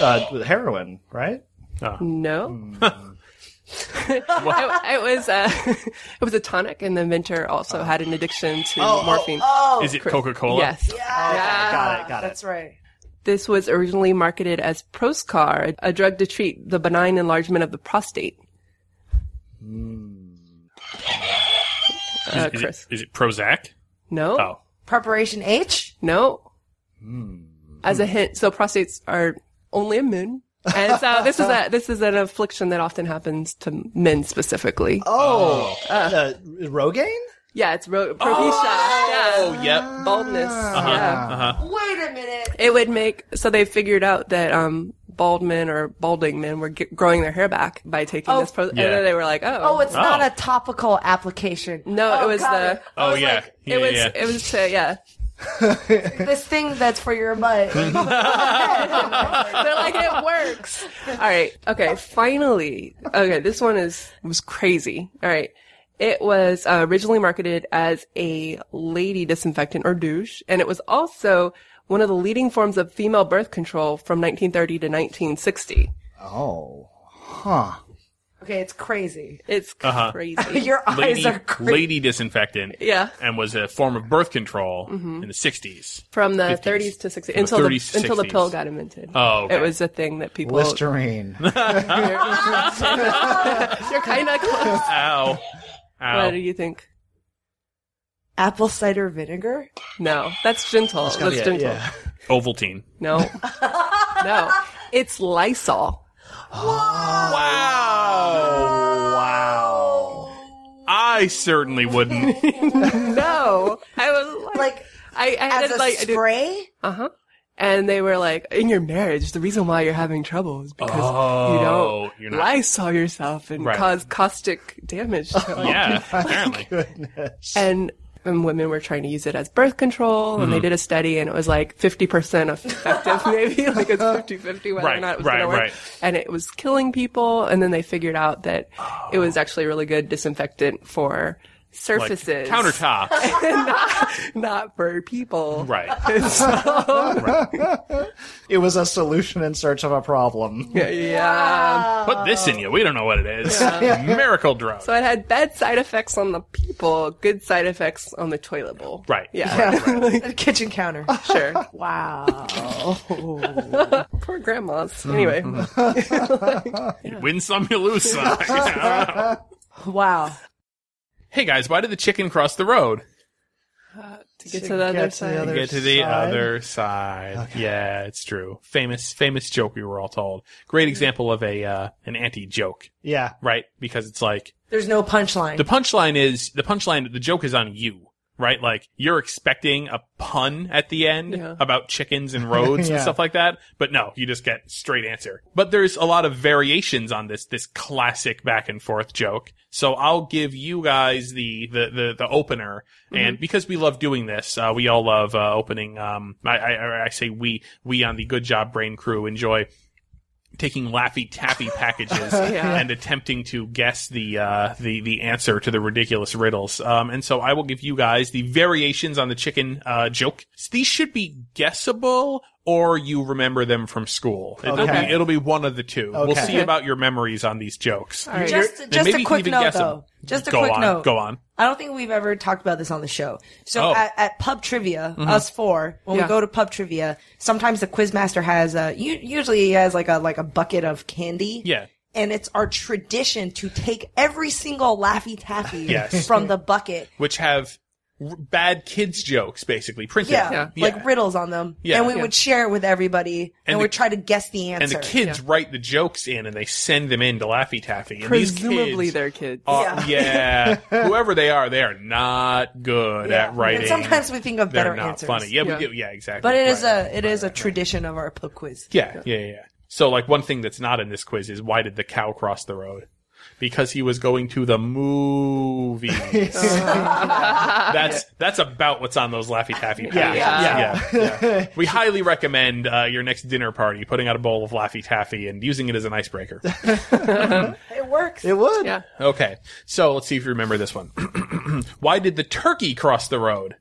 uh, with heroin, right?
No. it, it was a it was a tonic, and the inventor also had an addiction to morphine.
Is it Coca Cola?
oh, Yes. Uh,
Got it. Got it.
That's right.
This was originally marketed as Proscar, a drug to treat the benign enlargement of the prostate. Uh,
Is,
Chris.
It, is it Prozac?
No.
Oh.
Preparation H.
No. As a hint, so prostates are only a moon. And so this is a this is an affliction that often happens to men specifically.
Oh, uh, Rogaine.
Yeah, it's ro- propecia.
Oh,
yeah.
yep.
Baldness. Yeah.
Uh-huh.
Wait a minute.
It would make so they figured out that um bald men or balding men were g- growing their hair back by taking this pro-
Yeah.
and then they were like,
Oh,
"Oh,
it's not a topical application.
no, it was
got
the
it.
Oh, yeah. yeah.
it was
yeah.
it was to, yeah."
this thing that's for your butt.
They're like, it works. All right. Okay. Finally. Okay. This one is was crazy. All right. It was uh, originally marketed as a lady disinfectant or douche, and it was also one of the leading forms of female birth control from 1930 to 1960.
Oh, huh.
okay, it's crazy.
It's
Uh-huh.
crazy.
Your eyes
lady,
are crazy.
lady disinfectant.
Yeah. Mm-hmm.
And was a form of birth control in the 60s.
From the
50s.
30s to 60s
From the
until the,
30s to
until the
60s.
pill got invented.
Oh, okay.
it was a thing that people.
Listerine.
You're kind of close.
Ow.
What
Ow.
do you think?
Apple cider vinegar?
No, that's gentle. That's,
Yeah,
gentle.
yeah.
Ovaltine.
No. no. It's Lysol.
I certainly wouldn't.
No. I was like,
Like
I,
as
I did
a
like, I did-
spray?
and they were like, in your marriage, the reason why you're having trouble is because you
Oh,
don't
you're not-
Lysol yourself and
Right.
cause caustic damage. To
yeah, apparently.
and, and women were trying to use it as birth control, and they
Mm-hmm.
did a study, and it was like 50% effective, maybe. Like it's 50 50 whether
Right,
or not it was
right,
going to work.
right.
And it was killing people, and then they figured out that it was actually really good disinfectant for
Like,
surfaces.
countertops.
not for people.
right.
It was a solution in search of a problem.
Yeah.
Put this in you. We don't know what it is. Miracle drug.
So it had bad side effects on the people, good side effects on the toilet bowl.
right.
Yeah.
At a kitchen counter.
Sure.
Wow.
Poor grandmas. Anyway.
Mm-hmm. You win some, you lose some. I don't know.
Wow.
Hey guys, why did the chicken cross the road?
To get to the other
Get to the
side.
other-
Get to the
side?
other side. Yeah, it's true. Famous, famous joke we were all told. Great example of a uh, an anti joke,
Yeah.
right? Because it's like
There's no punchline.
the punchline is the punchline. The joke is on you, right? Like you're expecting a pun at the end
Yeah.
about chickens and roads and
Yeah.
stuff like that, but no, you just get straight answer. But there's a lot of variations on this this classic back and forth joke. So I'll give you guys the the the, the opener, and because we love doing this, uh, we all love uh, opening. Um, I, I I say we we on the Good Job Brain crew enjoy taking Laffy Taffy packages and attempting to guess the uh, the the answer to the ridiculous riddles. Um, and so I will give you guys the variations on the chicken uh, joke. So these should be guessable. Or you remember them from school. It'll
Okay.
be it'll be one of the two. We'll
Okay.
see about your memories on these jokes.
All right.
just
And
just
maybe
a
you can
quick
even
note
guess 'em.
though. Just a
Go
quick
on,
note.
go on.
I don't think we've ever talked about this on the show. So
Oh. Mm-hmm.
at, at pub trivia, us four, when
Yeah.
we go to pub trivia, sometimes the quizmaster has uh, u- usually he has like a like a bucket of candy.
Yeah.
And it's our tradition to take every single Laffy Taffy
Yes.
from the bucket.
which have r- bad kids jokes basically printed.
Yeah,
on them.
like riddles on them.
Yeah.
And we
Yeah.
would share it with everybody and,
And the-
we'd try to guess the
and
answer.
the kids write the jokes in and they send them in to Laffy Taffy. And
Presumably
these kids
they're kids.
are- Uh, yeah. whoever they are, they are not good at writing.
And sometimes we think of
they're
better
not
answers.
funny. Yeah,
Yeah.
we do. Yeah, exactly.
But it is
Right.
a it is a tradition of our pub quiz.
yeah, yeah, yeah. So like one thing that's not in this quiz is why did the cow cross the road? because he was going to the movies. that's that's about what's on those Laffy Taffy packages.
Yeah. Yeah.
Yeah, yeah. We highly recommend uh, your next dinner party putting out a bowl of Laffy Taffy and using it as an icebreaker.
It works.
It would.
Yeah.
Okay, so let's see if you remember this one. Why did the turkey cross the road?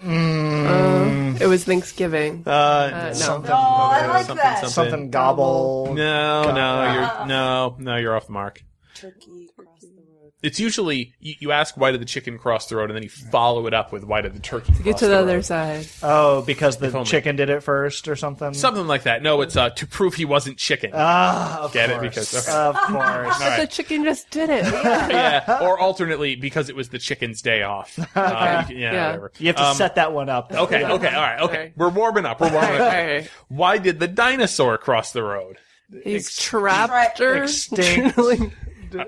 It was Thanksgiving.
Uh,
no.
oh, I like
something,
that.
something.
Something gobble.
No, no, you're no, no, you're off the mark.
Turkey across the road.
It's usually you, you ask why did the chicken cross the road, and then you follow it up with why did the turkey
Get
cross
to the
road?
other side.
Oh, because the
only.
chicken did it first or something.
Something like that. No, it's uh, to prove he wasn't chicken.
Ah, of
Get it?
course.
Because- okay.
of course.
But the chicken just did it. Yeah.
yeah, or alternately because it was the chicken's day off. Uh, you- yeah,
Yeah.
whatever.
You have to
Um,
set that one up. though.
Okay, okay, all right, okay.
All right.
We're warming up. We're warming
All
up.
right, all right.
Why did the dinosaur cross the road?
He's trapped or
extinct.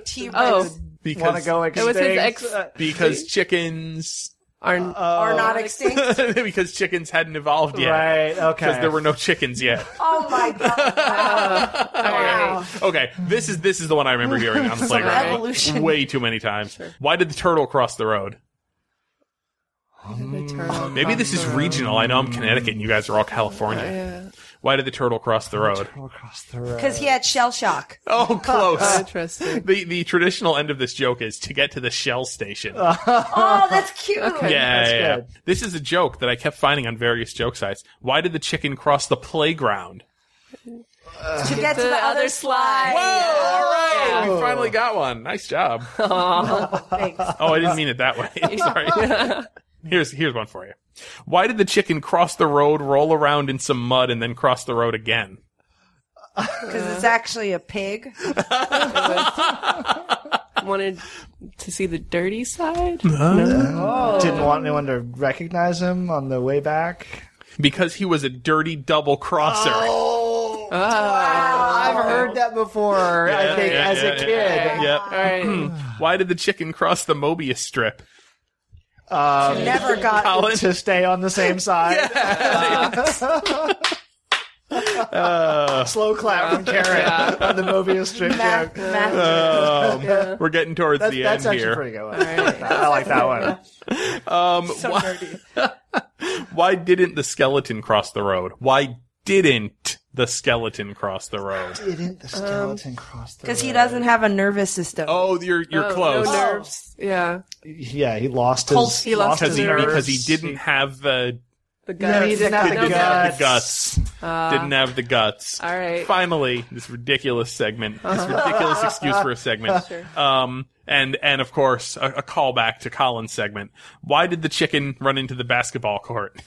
T-Rex.
Oh,
Want to
Because
go
it
extinct?
was his ex.
Uh,
because chickens
Our,
uh,
Are not extinct.
because chickens hadn't evolved yet.
Right. Okay.
Because there were no chickens yet.
Oh my god.
all right.
Okay, this is this is the one I remember hearing on the playground
evolution.
way too many times. Why did the turtle cross the road?
The turtle
Mm. Maybe this is
crossed the
regional. I know I'm Connecticut and you guys are all California.
road.
Why did the turtle cross the road?
Across the road.
Because he had shell shock.
Oh,
Yeah.
close.
Interesting.
the the traditional end of this joke is to get to the shell station.
Oh, that's cute.
yeah,
Okay.
yeah, yeah.
good.
This is a joke that I kept finding on various joke sites. Why did the chicken cross the playground?
To get to the, other slide.
all right, we finally got one. Nice job.
Thanks.
Oh, I didn't mean it that way. I'm sorry. here's here's one for you. Why did the chicken cross the road, roll around in some mud, and then cross the road again?
Because it's actually a pig.
Wanted to see the dirty side. Oh,
Didn't want anyone to recognize him on the way back.
Because he was a dirty double crosser.
Oh,
Ah.
I've heard that before. I think
yeah,
as
yeah,
a
yeah.
kid.
Yep.
All
Hmm.
right.
Why did the chicken cross the Mobius strip?
Never got.
Colin.
to stay on the same side.
Uh,
Slow clap from Karen on the Mobius strip
Math,
joke.
math.
Um, We're getting towards
That's,
the
that's
end
actually
here.
pretty good. One. I like that one.
so nerdy.
Why didn't the skeleton cross the road? Why didn't the skeleton cross the road?
Didn't the skeleton cross the?
Because he doesn't have a nervous system.
Oh, you're you're
Oh,
close.
No nerves. Yeah.
Yeah, he lost his.
He lost
because
his
he,
nerves.
because he didn't have the
The
Yeah,
guts.
he didn't have the
No
didn't
guts.
have the guts. didn't have the guts.
Ah. All right. Uh-huh.
Finally, this ridiculous segment, this ridiculous excuse for a segment. Um, and and of course, a, a callback to Colin's segment. Why did the chicken run into the basketball court?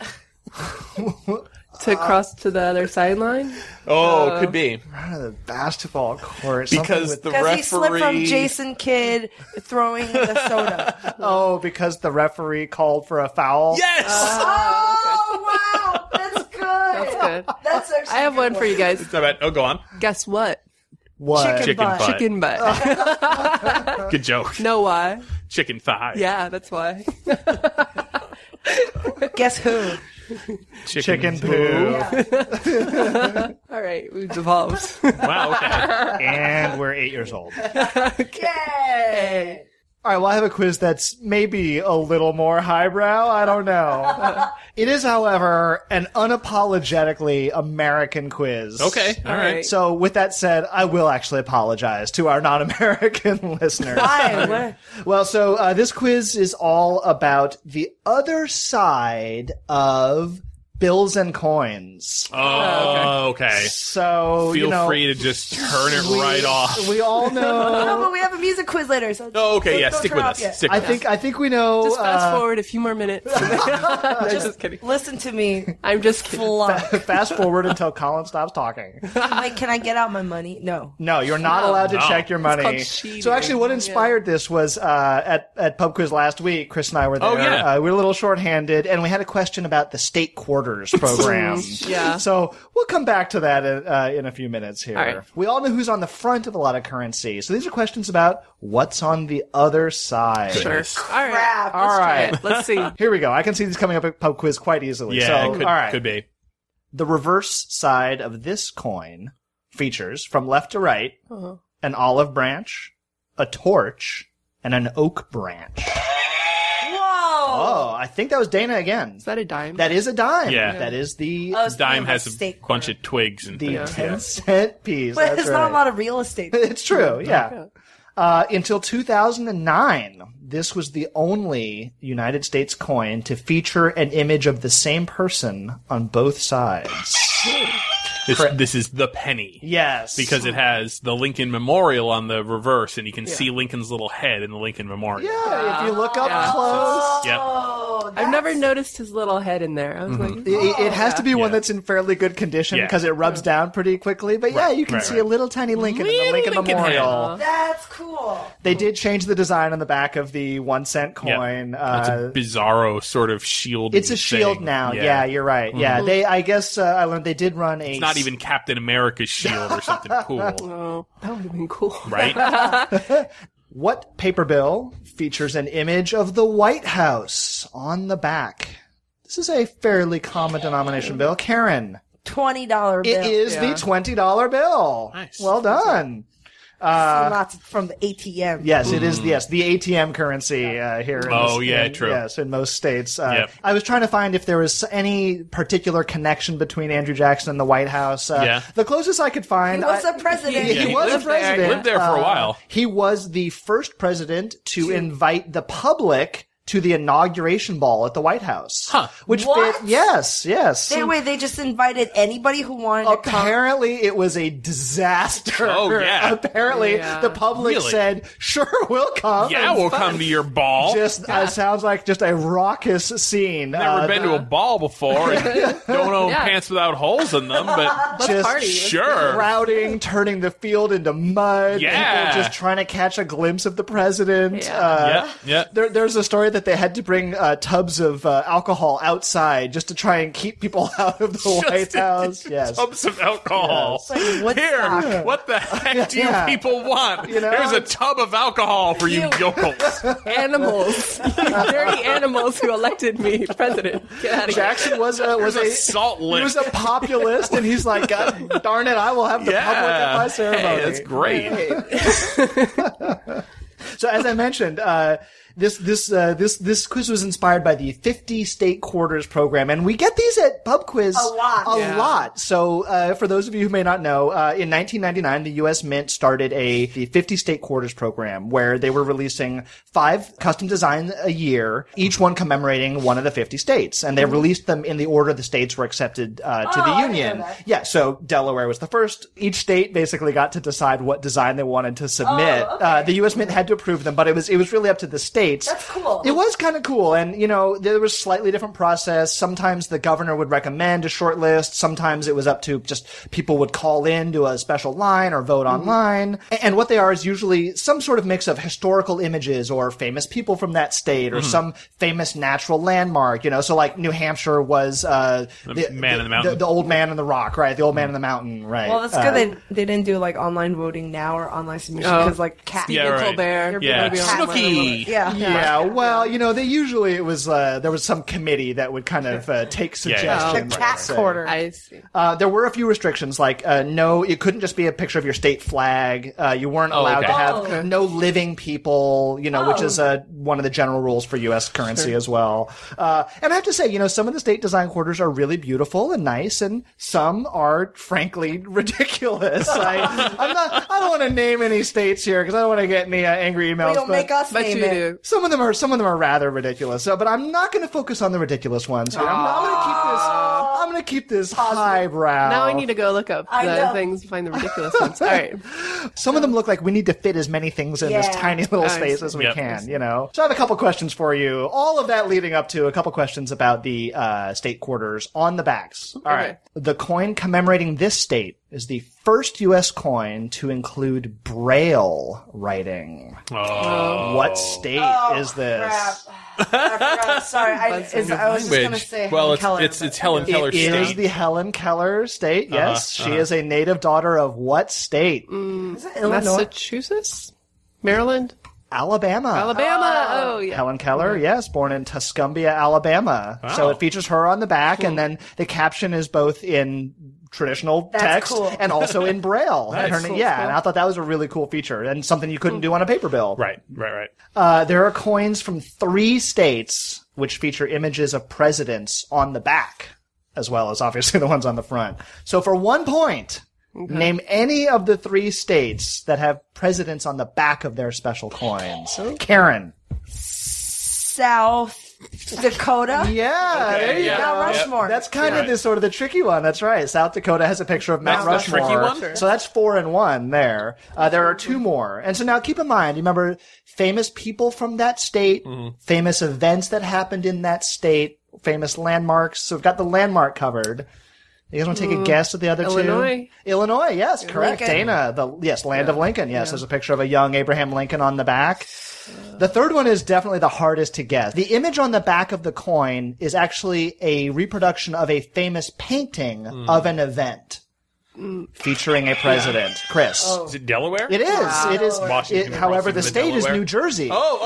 To cross to the other sideline.
Oh, could be
Out of the basketball court something
because
with-
the
Because
referee.
he slipped from Jason Kidd throwing the soda.
oh because the referee called for a foul.
Yes.
Ah.
oh, wow. That's good. That's
Good.
That's actually
I have one for you guys.
It's about- oh, go on.
Guess what?
What?
Chicken
Chicken
butt.
butt.
Chicken butt.
Good joke.
Know why?
Chicken thigh.
Yeah, that's why.
Guess who?
Chicken poo.
All right, we've devolved.
Wow. Okay.
and we're eight years old.
Yay.
All right, well, I have a quiz that's maybe a little more highbrow. I don't know. it is, however, an unapologetically American quiz.
Okay. All right.
right.
So, with that said, I will actually apologize to our non American listeners.
Why? What?
Well, so uh, this quiz is all about the other side of bills and coins.
Oh, okay.
So,
Feel
you know,
free to just turn it right off.
we all
No,
know.
but we have a music quiz later. So
Oh, okay.
don't-
Yeah.
don't
Stick
turn
with
off
us.
yet.
Stick
I
with
think I think we know.
Just fast
uh,
forward a few more minutes. no, just kidding.
Listen to me.
I'm just kidding.
Flunk.
fast forward until Colin stops talking.
Like, can I get out my money? No.
No, you're not allowed to
No.
check your money.
called cheating.
So actually, what inspired this was uh, at at pub quiz last week. Chris and I were there.
Oh, yeah.
uh, we were a little shorthanded, and we had a question about the state quarters program.
Yeah.
So we'll come back to that uh, in a few minutes here.
All right.
We all know who's on the front of a lot of currency. So these are questions about what's on the other side.
Sure. All right.
Crap.
All right.
Let's see.
Here we go. I can see these coming up at pub quiz quite easily.
Yeah.
so,
it could,
all right.
could be.
The reverse
Uh-huh.
side of this coin features, from left to right, an olive branch, a torch, and an oak branch.
Oh. Whoa!
Oh, I think that was Dana again.
Is that a dime?
That is a dime.
Yeah.
That is the
I was thinking
Dime
about
has a
steak
bunch
corn.
of twigs and
the uh,
things.
ten cent piece.
But
That's
it's not
right.
a lot of real estate.
It's true, yeah. Uh, until 2009, this was the only United States coin to feature an image of the same person on both sides.
This, this is the penny
yes,
because it has the Lincoln Memorial on the reverse, and you can see Lincoln's little head in the Lincoln Memorial.
yeah, if you look up
Yeah.
close,
Yep.
Oh,
I've never noticed his little head in there. I was like,
it, it has to be one
Oh, Yeah.
that's in fairly good condition
Yeah.
because it rubs down pretty quickly. But yeah, you can
right,
see a
right.
little tiny Lincoln in the
Little
Lincoln,
Lincoln head.
Memorial.
that's cool.
They did change the design on the back of the one cent coin.
It's
Uh,
a bizarro sort of shield.
It's a shield now. Yeah, you're right. Yeah, they. I guess uh, I learned they did run a.
Mm-hmm. It's not even Captain America's shield or something cool,
oh, that would have been cool.
right?
What paper bill features an image of the White House on the back? This is a fairly common denomination bill. Karen,
Twenty dollar
It
bill.
is the twenty dollar bill.
Nice.
Well done.
lots Uh, from the ATM.
Yes, it is. Yes, the ATM currency uh, here. in
Oh,
this-
Mm. yeah,
in-
true.
Yes, in most states. Uh,
Yep.
I was trying to find if there was any particular connection between Andrew Jackson and the White House. Uh,
Yeah.
The closest I could find
He was
I-
the president.
He,
Yeah, he
was
lived
a
there.
president.
Lived there for a
Uh,
while.
he was the first president to invite the public to the inauguration ball at the White House.
Huh.
Which
What?
fit yes, yes.
That way, they just invited anybody who wanted to come.
Apparently, it was a disaster.
Oh, yeah.
Apparently,
Yeah.
the public
Really?
said, "Sure, we'll come."
yeah,
And
we'll come to your ball.
Just uh, sounds like just a raucous scene.
Never
Uh,
been to a ball before. And don't own
Yeah.
pants without holes in them, but
just
party.
sure.
crowding, turning the field into mud.
Yeah.
people just trying to catch a glimpse of the president.
Yeah.
Uh,
Yep, yep.
There, there's a story that they had to bring uh, tubs of uh, alcohol outside just to try and keep people out of the White House. Yes.
Tubs of alcohol. Here, what the heck do you
Yeah.
people want?
You know,
Here's a
it's-
tub of alcohol for you yokels.
Animals, You dirty animals who elected me president. Get out of here.
Jackson was a
Here's
was
a
a
salt
he was
lick.
a populist, and he's like, God darn it, I will have the public at my ceremony.
Hey, that's great.
So as I mentioned, uh, this this uh, this this quiz was inspired by the 50 state quarters program, and we get these at Pub Quiz
A lot.
a
Yeah.
lot. So uh, for those of you who may not know, uh, in 1999, the U.S. Mint started a the 50 state quarters program where they were releasing five custom designs a year, each one commemorating one of the 50 states,
Mm-hmm.
and they released them in the order the states were accepted uh,
Oh,
to the union. Yeah, so Delaware was the first. Each state basically got to decide what design they wanted to submit.
Oh,
uh, the U.S. Mint had to approve them, but it was it was really up to the states.
That's cool.
It was kind of cool, and you know there was slightly different process. Sometimes the governor would recommend a short list. Sometimes it was up to just people would call in to a special line or vote
Mm-hmm.
online. A- And what they are is usually some sort of mix of historical images or famous people from that state or
Mm-hmm.
some famous natural landmark. You know, so like New Hampshire was uh, the,
Man in the Mountain. Mm-hmm.
the, old man in the rock, right? The old man in the mountain, right?
Well, that's
Uh,
good that they didn't do like online voting now or online submission
Oh.
because like cat.
Yeah, right.
Colbert.
Yeah.
You're
cat
Snooki.
literally- Yeah.
Yeah, well, you know, they usually it was uh, there was some committee that would kind of uh, take
Yeah, yeah.
suggestions.
The cat
So,
quarter.
I see.
Uh, there were a few restrictions, like uh, no, it couldn't just be a picture of your state flag. Uh, you weren't allowed
okay.
to have
Oh.
no living people, you know, which is uh, one of the general rules for U.S. currency as well. Uh, and I have to say, you know, some of the state design quarters are really beautiful and nice, and some are frankly ridiculous. I, I'm not, I don't want to name any states here because I don't want to get any uh, angry emails.
They don't
but-
make us
But
name
you
it.
do.
some of them are some of them are rather ridiculous. So, but I'm not going to focus on the ridiculous ones. Here. I'm, I'm going to keep this. I'm going to keep this highbrow.
Now I need to go look up
I
the
know.
things to find the ridiculous ones. All right.
Some of them look like we need to fit as many things in this
Yeah.
tiny little
I
space
see.
as we
Yep.
can. You know. So I have a couple questions for you. All of that leading up to a couple questions about the uh, state quarters on the backs. All right. The coin commemorating this state is the first U.S. coin to include Braille writing.
Oh.
What state
Oh,
is this?
Crap. I forgot. Sorry, I, is, I was just gonna
Language.
say. Helen
well, it's,
Keller,
it's
but-
it's Helen
It
Keller
is
State.
the Helen Keller state. Yes,
Uh-huh,
she is a native daughter of what state?
Is it Illinois?
Massachusetts? Maryland?
Alabama.
Alabama? Oh, yeah.
Helen Keller, yes, born in Tuscumbia, Alabama. So it features her on the back, and then the caption is both in traditional
That's
text
cool.
and also in braille.
Nice.
And her-
Cool,
yeah,
cool.
and I thought that was a really cool feature and something you couldn't do on a paper bill.
Right, right, right.
Uh, there are coins from three states which feature images of presidents on the back, as well as obviously the ones on the front. So for one point, name any of the three states that have presidents on the back of their special coins. Karen.
South Dakota.
Yeah, there you
yeah,
go.
Mount Rushmore.
That's kind of the sort of the tricky one. That's right. South Dakota has a picture of Mount
That's the
Rushmore.
tricky one? Sure.
So that's four and one there. Uh, there are two more. And so now keep in mind, you remember famous people from that state,
Mm-hmm.
famous events that happened in that state, famous landmarks. So we've got the landmark covered. You guys want to take a guess at the other
Illinois.
two? Illinois, yes, correct.
Lincoln.
Dana, the yes, land of Lincoln. Yes, there's a picture of a young Abraham Lincoln on the back. The third one is definitely the hardest to guess. The image on the back of the coin is actually a reproduction of a famous painting of an event featuring a president. Chris.
Is it Delaware?
It is. It is.
Washington
it- however,
crossing
the
the
state
Delaware.
is New Jersey.
Oh,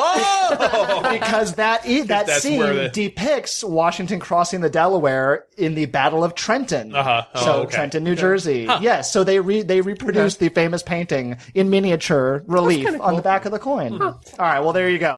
oh!
Because that i- that
That's
scene
where the-
depicts Washington crossing the Delaware in the Battle of Trenton.
Uh-huh. Oh,
so
okay.
Trenton, New Jersey. Yes. So they re- they reproduced the famous painting in miniature relief on the back of the coin. All right. Well, there you go.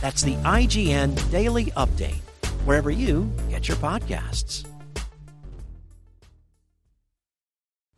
That's the IGN Daily Update, wherever you get your podcasts.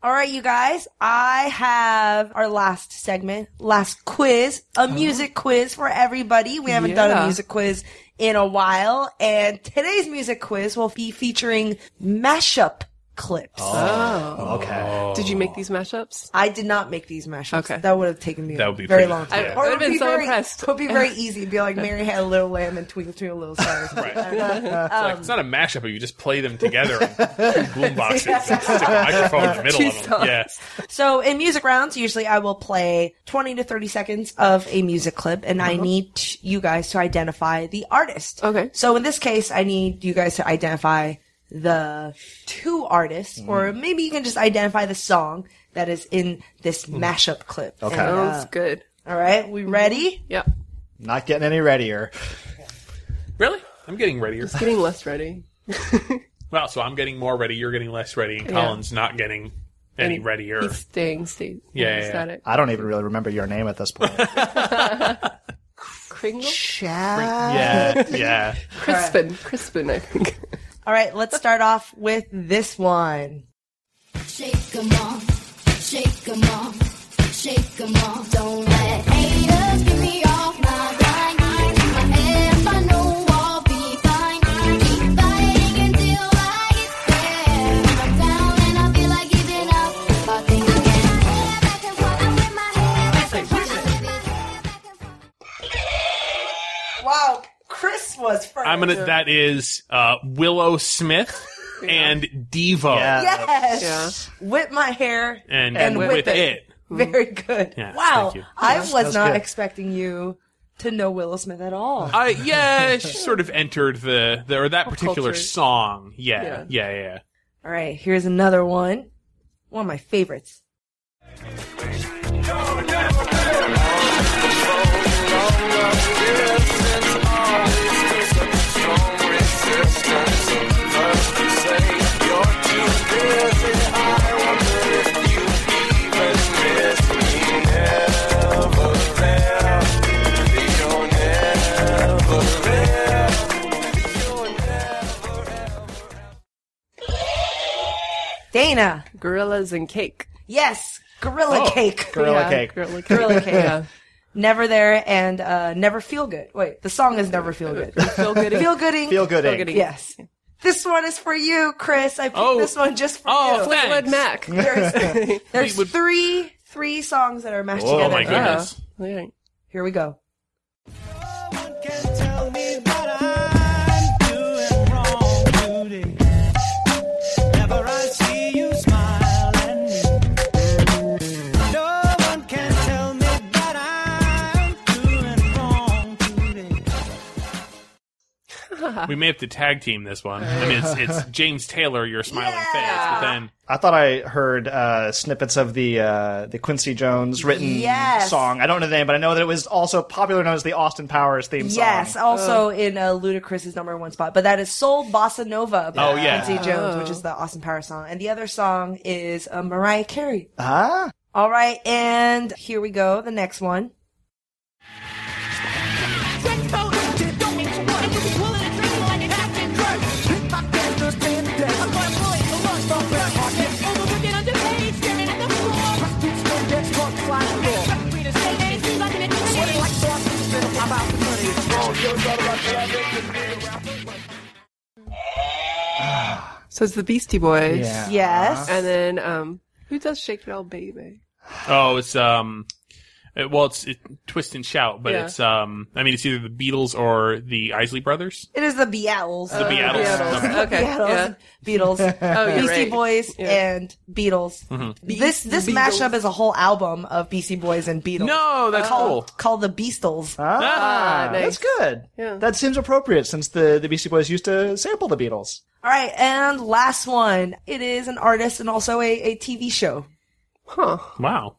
All right, you guys, I have our last segment, last quiz, a music quiz for everybody. We haven't done a
Yeah.
music quiz in a while. And today's music quiz will be featuring mashup clips.
Oh.
Oh.
Okay.
Did you make these mashups?
I did not make these mashups.
Okay.
That would have taken me
That would be
very
pretty-
long time.
I-
Or
I'd
it would
have been
be
so
very,
impressed.
It would be very easy. It'd be like Mary had a little lamb and Twinkle Twinkle Little Stars.
It's, like, it's not a mashup, but you just play them together in two boom boxes and stick a microphone in the middle
Two
of them. Yeah.
So in music rounds, usually I will play 20 to 30 seconds of a music clip and I need t- you guys to identify the artist.
Uh-huh. Okay.
So in this case, I need you guys to identify the two artists or
Mm.
maybe you can just identify the song that is in this
Mm.
mashup clip. Okay.
Sounds good.
all right. We ready?
Yeah.
Not getting any readier.
Really? I'm getting readier.
Getting less ready.
Well, so I'm getting more ready. You're getting less ready, and Colin's not getting any readier.
He's staying sta-
Yeah, yeah, yeah.
static.
I don't even really remember your name at this point.
Kringle?
yeah. Yeah.
Crispin. Crispin, I think.
All right. Let's start off with this one.
Shake 'em off, shake 'em off, shake 'em off. Don't let haters get me off my grind. Keep my head up, I know I'll be fine. Keep fighting until I get there. When I'm down and I feel like giving up, I think I get my head back and forth. I whip my head back and forth. I whip my head back and forth.
Wow. Chris was first.
I'm gonna. That is uh, Willow Smith and Devo,
Yeah.
Yes.
Yeah.
Whip my hair
and,
And
with,
with
it.
it. Very good.
Yes,
wow.
Mm. thank you.
I was
was
not
good.
expecting you to know Willow Smith at all.
Uh, yeah, she sort of entered the, the or that particular
culture.
song. Yeah, yeah, yeah. yeah.
All right, here's another one. One of my favorites. Dana.
Gorillas and cake.
Yes, Gorilla
Oh.
Cake.
Gorilla
Yeah,
cake.
Gorilla cake.
Gorilla Cake.
Yeah.
Never There and uh, Never Feel Good. Wait, the song is Never Feel Good.
Feel good.
Feel Gooding.
Feel good.
Feel
ink.
good.
Yes. This one is for you, Chris. I picked
Oh.
this one just for
Oh,
you.
thank-
Fleetwood Mac.
There's, there's
Fleetwood-
three three songs that are mashed
Oh,
together.
my
Oh,
goodness.
yeah.
Here we go.
Never I see you smile and me.
we may have to tag team this one. I mean, it's, it's James Taylor, your smiling face, but then
I thought I heard uh, snippets of the uh, the Quincy Jones written
Yes.
song. I don't know the name, but I know that it was also popular known as the Austin Powers theme song.
Yes,
Oh.
also in uh, Ludacris's number one spot, but that is Soul Bossa Nova by
Oh, yeah.
Quincy Jones, which is the Austin Power song, and the other song is uh, Mariah Carey.
Ah,
All right, and here we go, the next one.
So it's the Beastie Boys.
Uh-huh.
yeah.
Yes,
And then um, who does Shake It All Baby?
oh, it's um, it- well, it's it, twist and shout, but
Yeah.
it's um, I mean, it's either the Beatles or the Isley Brothers.
it is the Beatles.
The Beatles. Okay.
Oh, Okay. Yeah.
Beatles, Beatles,
Oh, you're
Beastie
right.
Boys,
Yeah.
and Beatles.
Mm-hmm.
This this mashup is a whole album of Beastie Boys and Beatles.
No, that's
called,
cool.
called the Beastles.
Ah,
Ah, nice.
that's good.
Yeah.
That seems appropriate since the, the Beastie Boys used to sample the Beatles.
All right, and last one. It is an artist and also a, a TV show.
Huh.
Wow.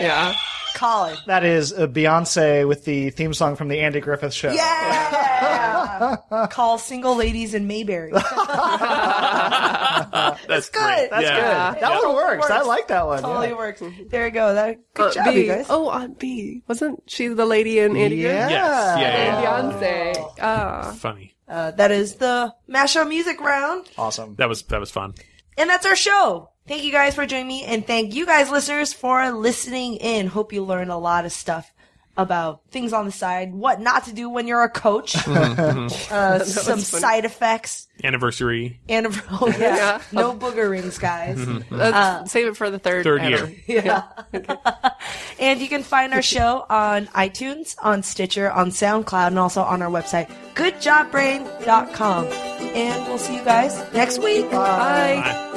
Yeah.
Colin.
That is uh, Beyonce with the theme song from the Andy Griffith Show.
Yeah. Call single ladies in Mayberry.
that's,
good.
Great.
That's
Yeah.
good. That one works.
Works.
I like that one.
totally
yeah.
works. There you go. That good
Aunt
job,
B.
you guys.
Oh, Aunt B. Wasn't she the lady in Andy
Yeah.
Yes. Yeah. yeah, yeah.
And Beyonce. Ah.
Funny.
Uh, that is the mashup music round,
Awesome.
That was that was fun.
and that's our show. Thank you guys for joining me, and thank you guys, listeners, for listening in. Hope you learned a lot of stuff about things on the side, what not to do when you're a coach, uh, some side effects,
Anniversary
and oh, yeah.
Yeah.
no booger rings, guys.
Let's save it for the third.
third
ever.
year.
And you can find our show on iTunes, on Stitcher, on SoundCloud, and also on our website, goodjobbrain.com. And we'll see you guys next week. Bye.
Bye.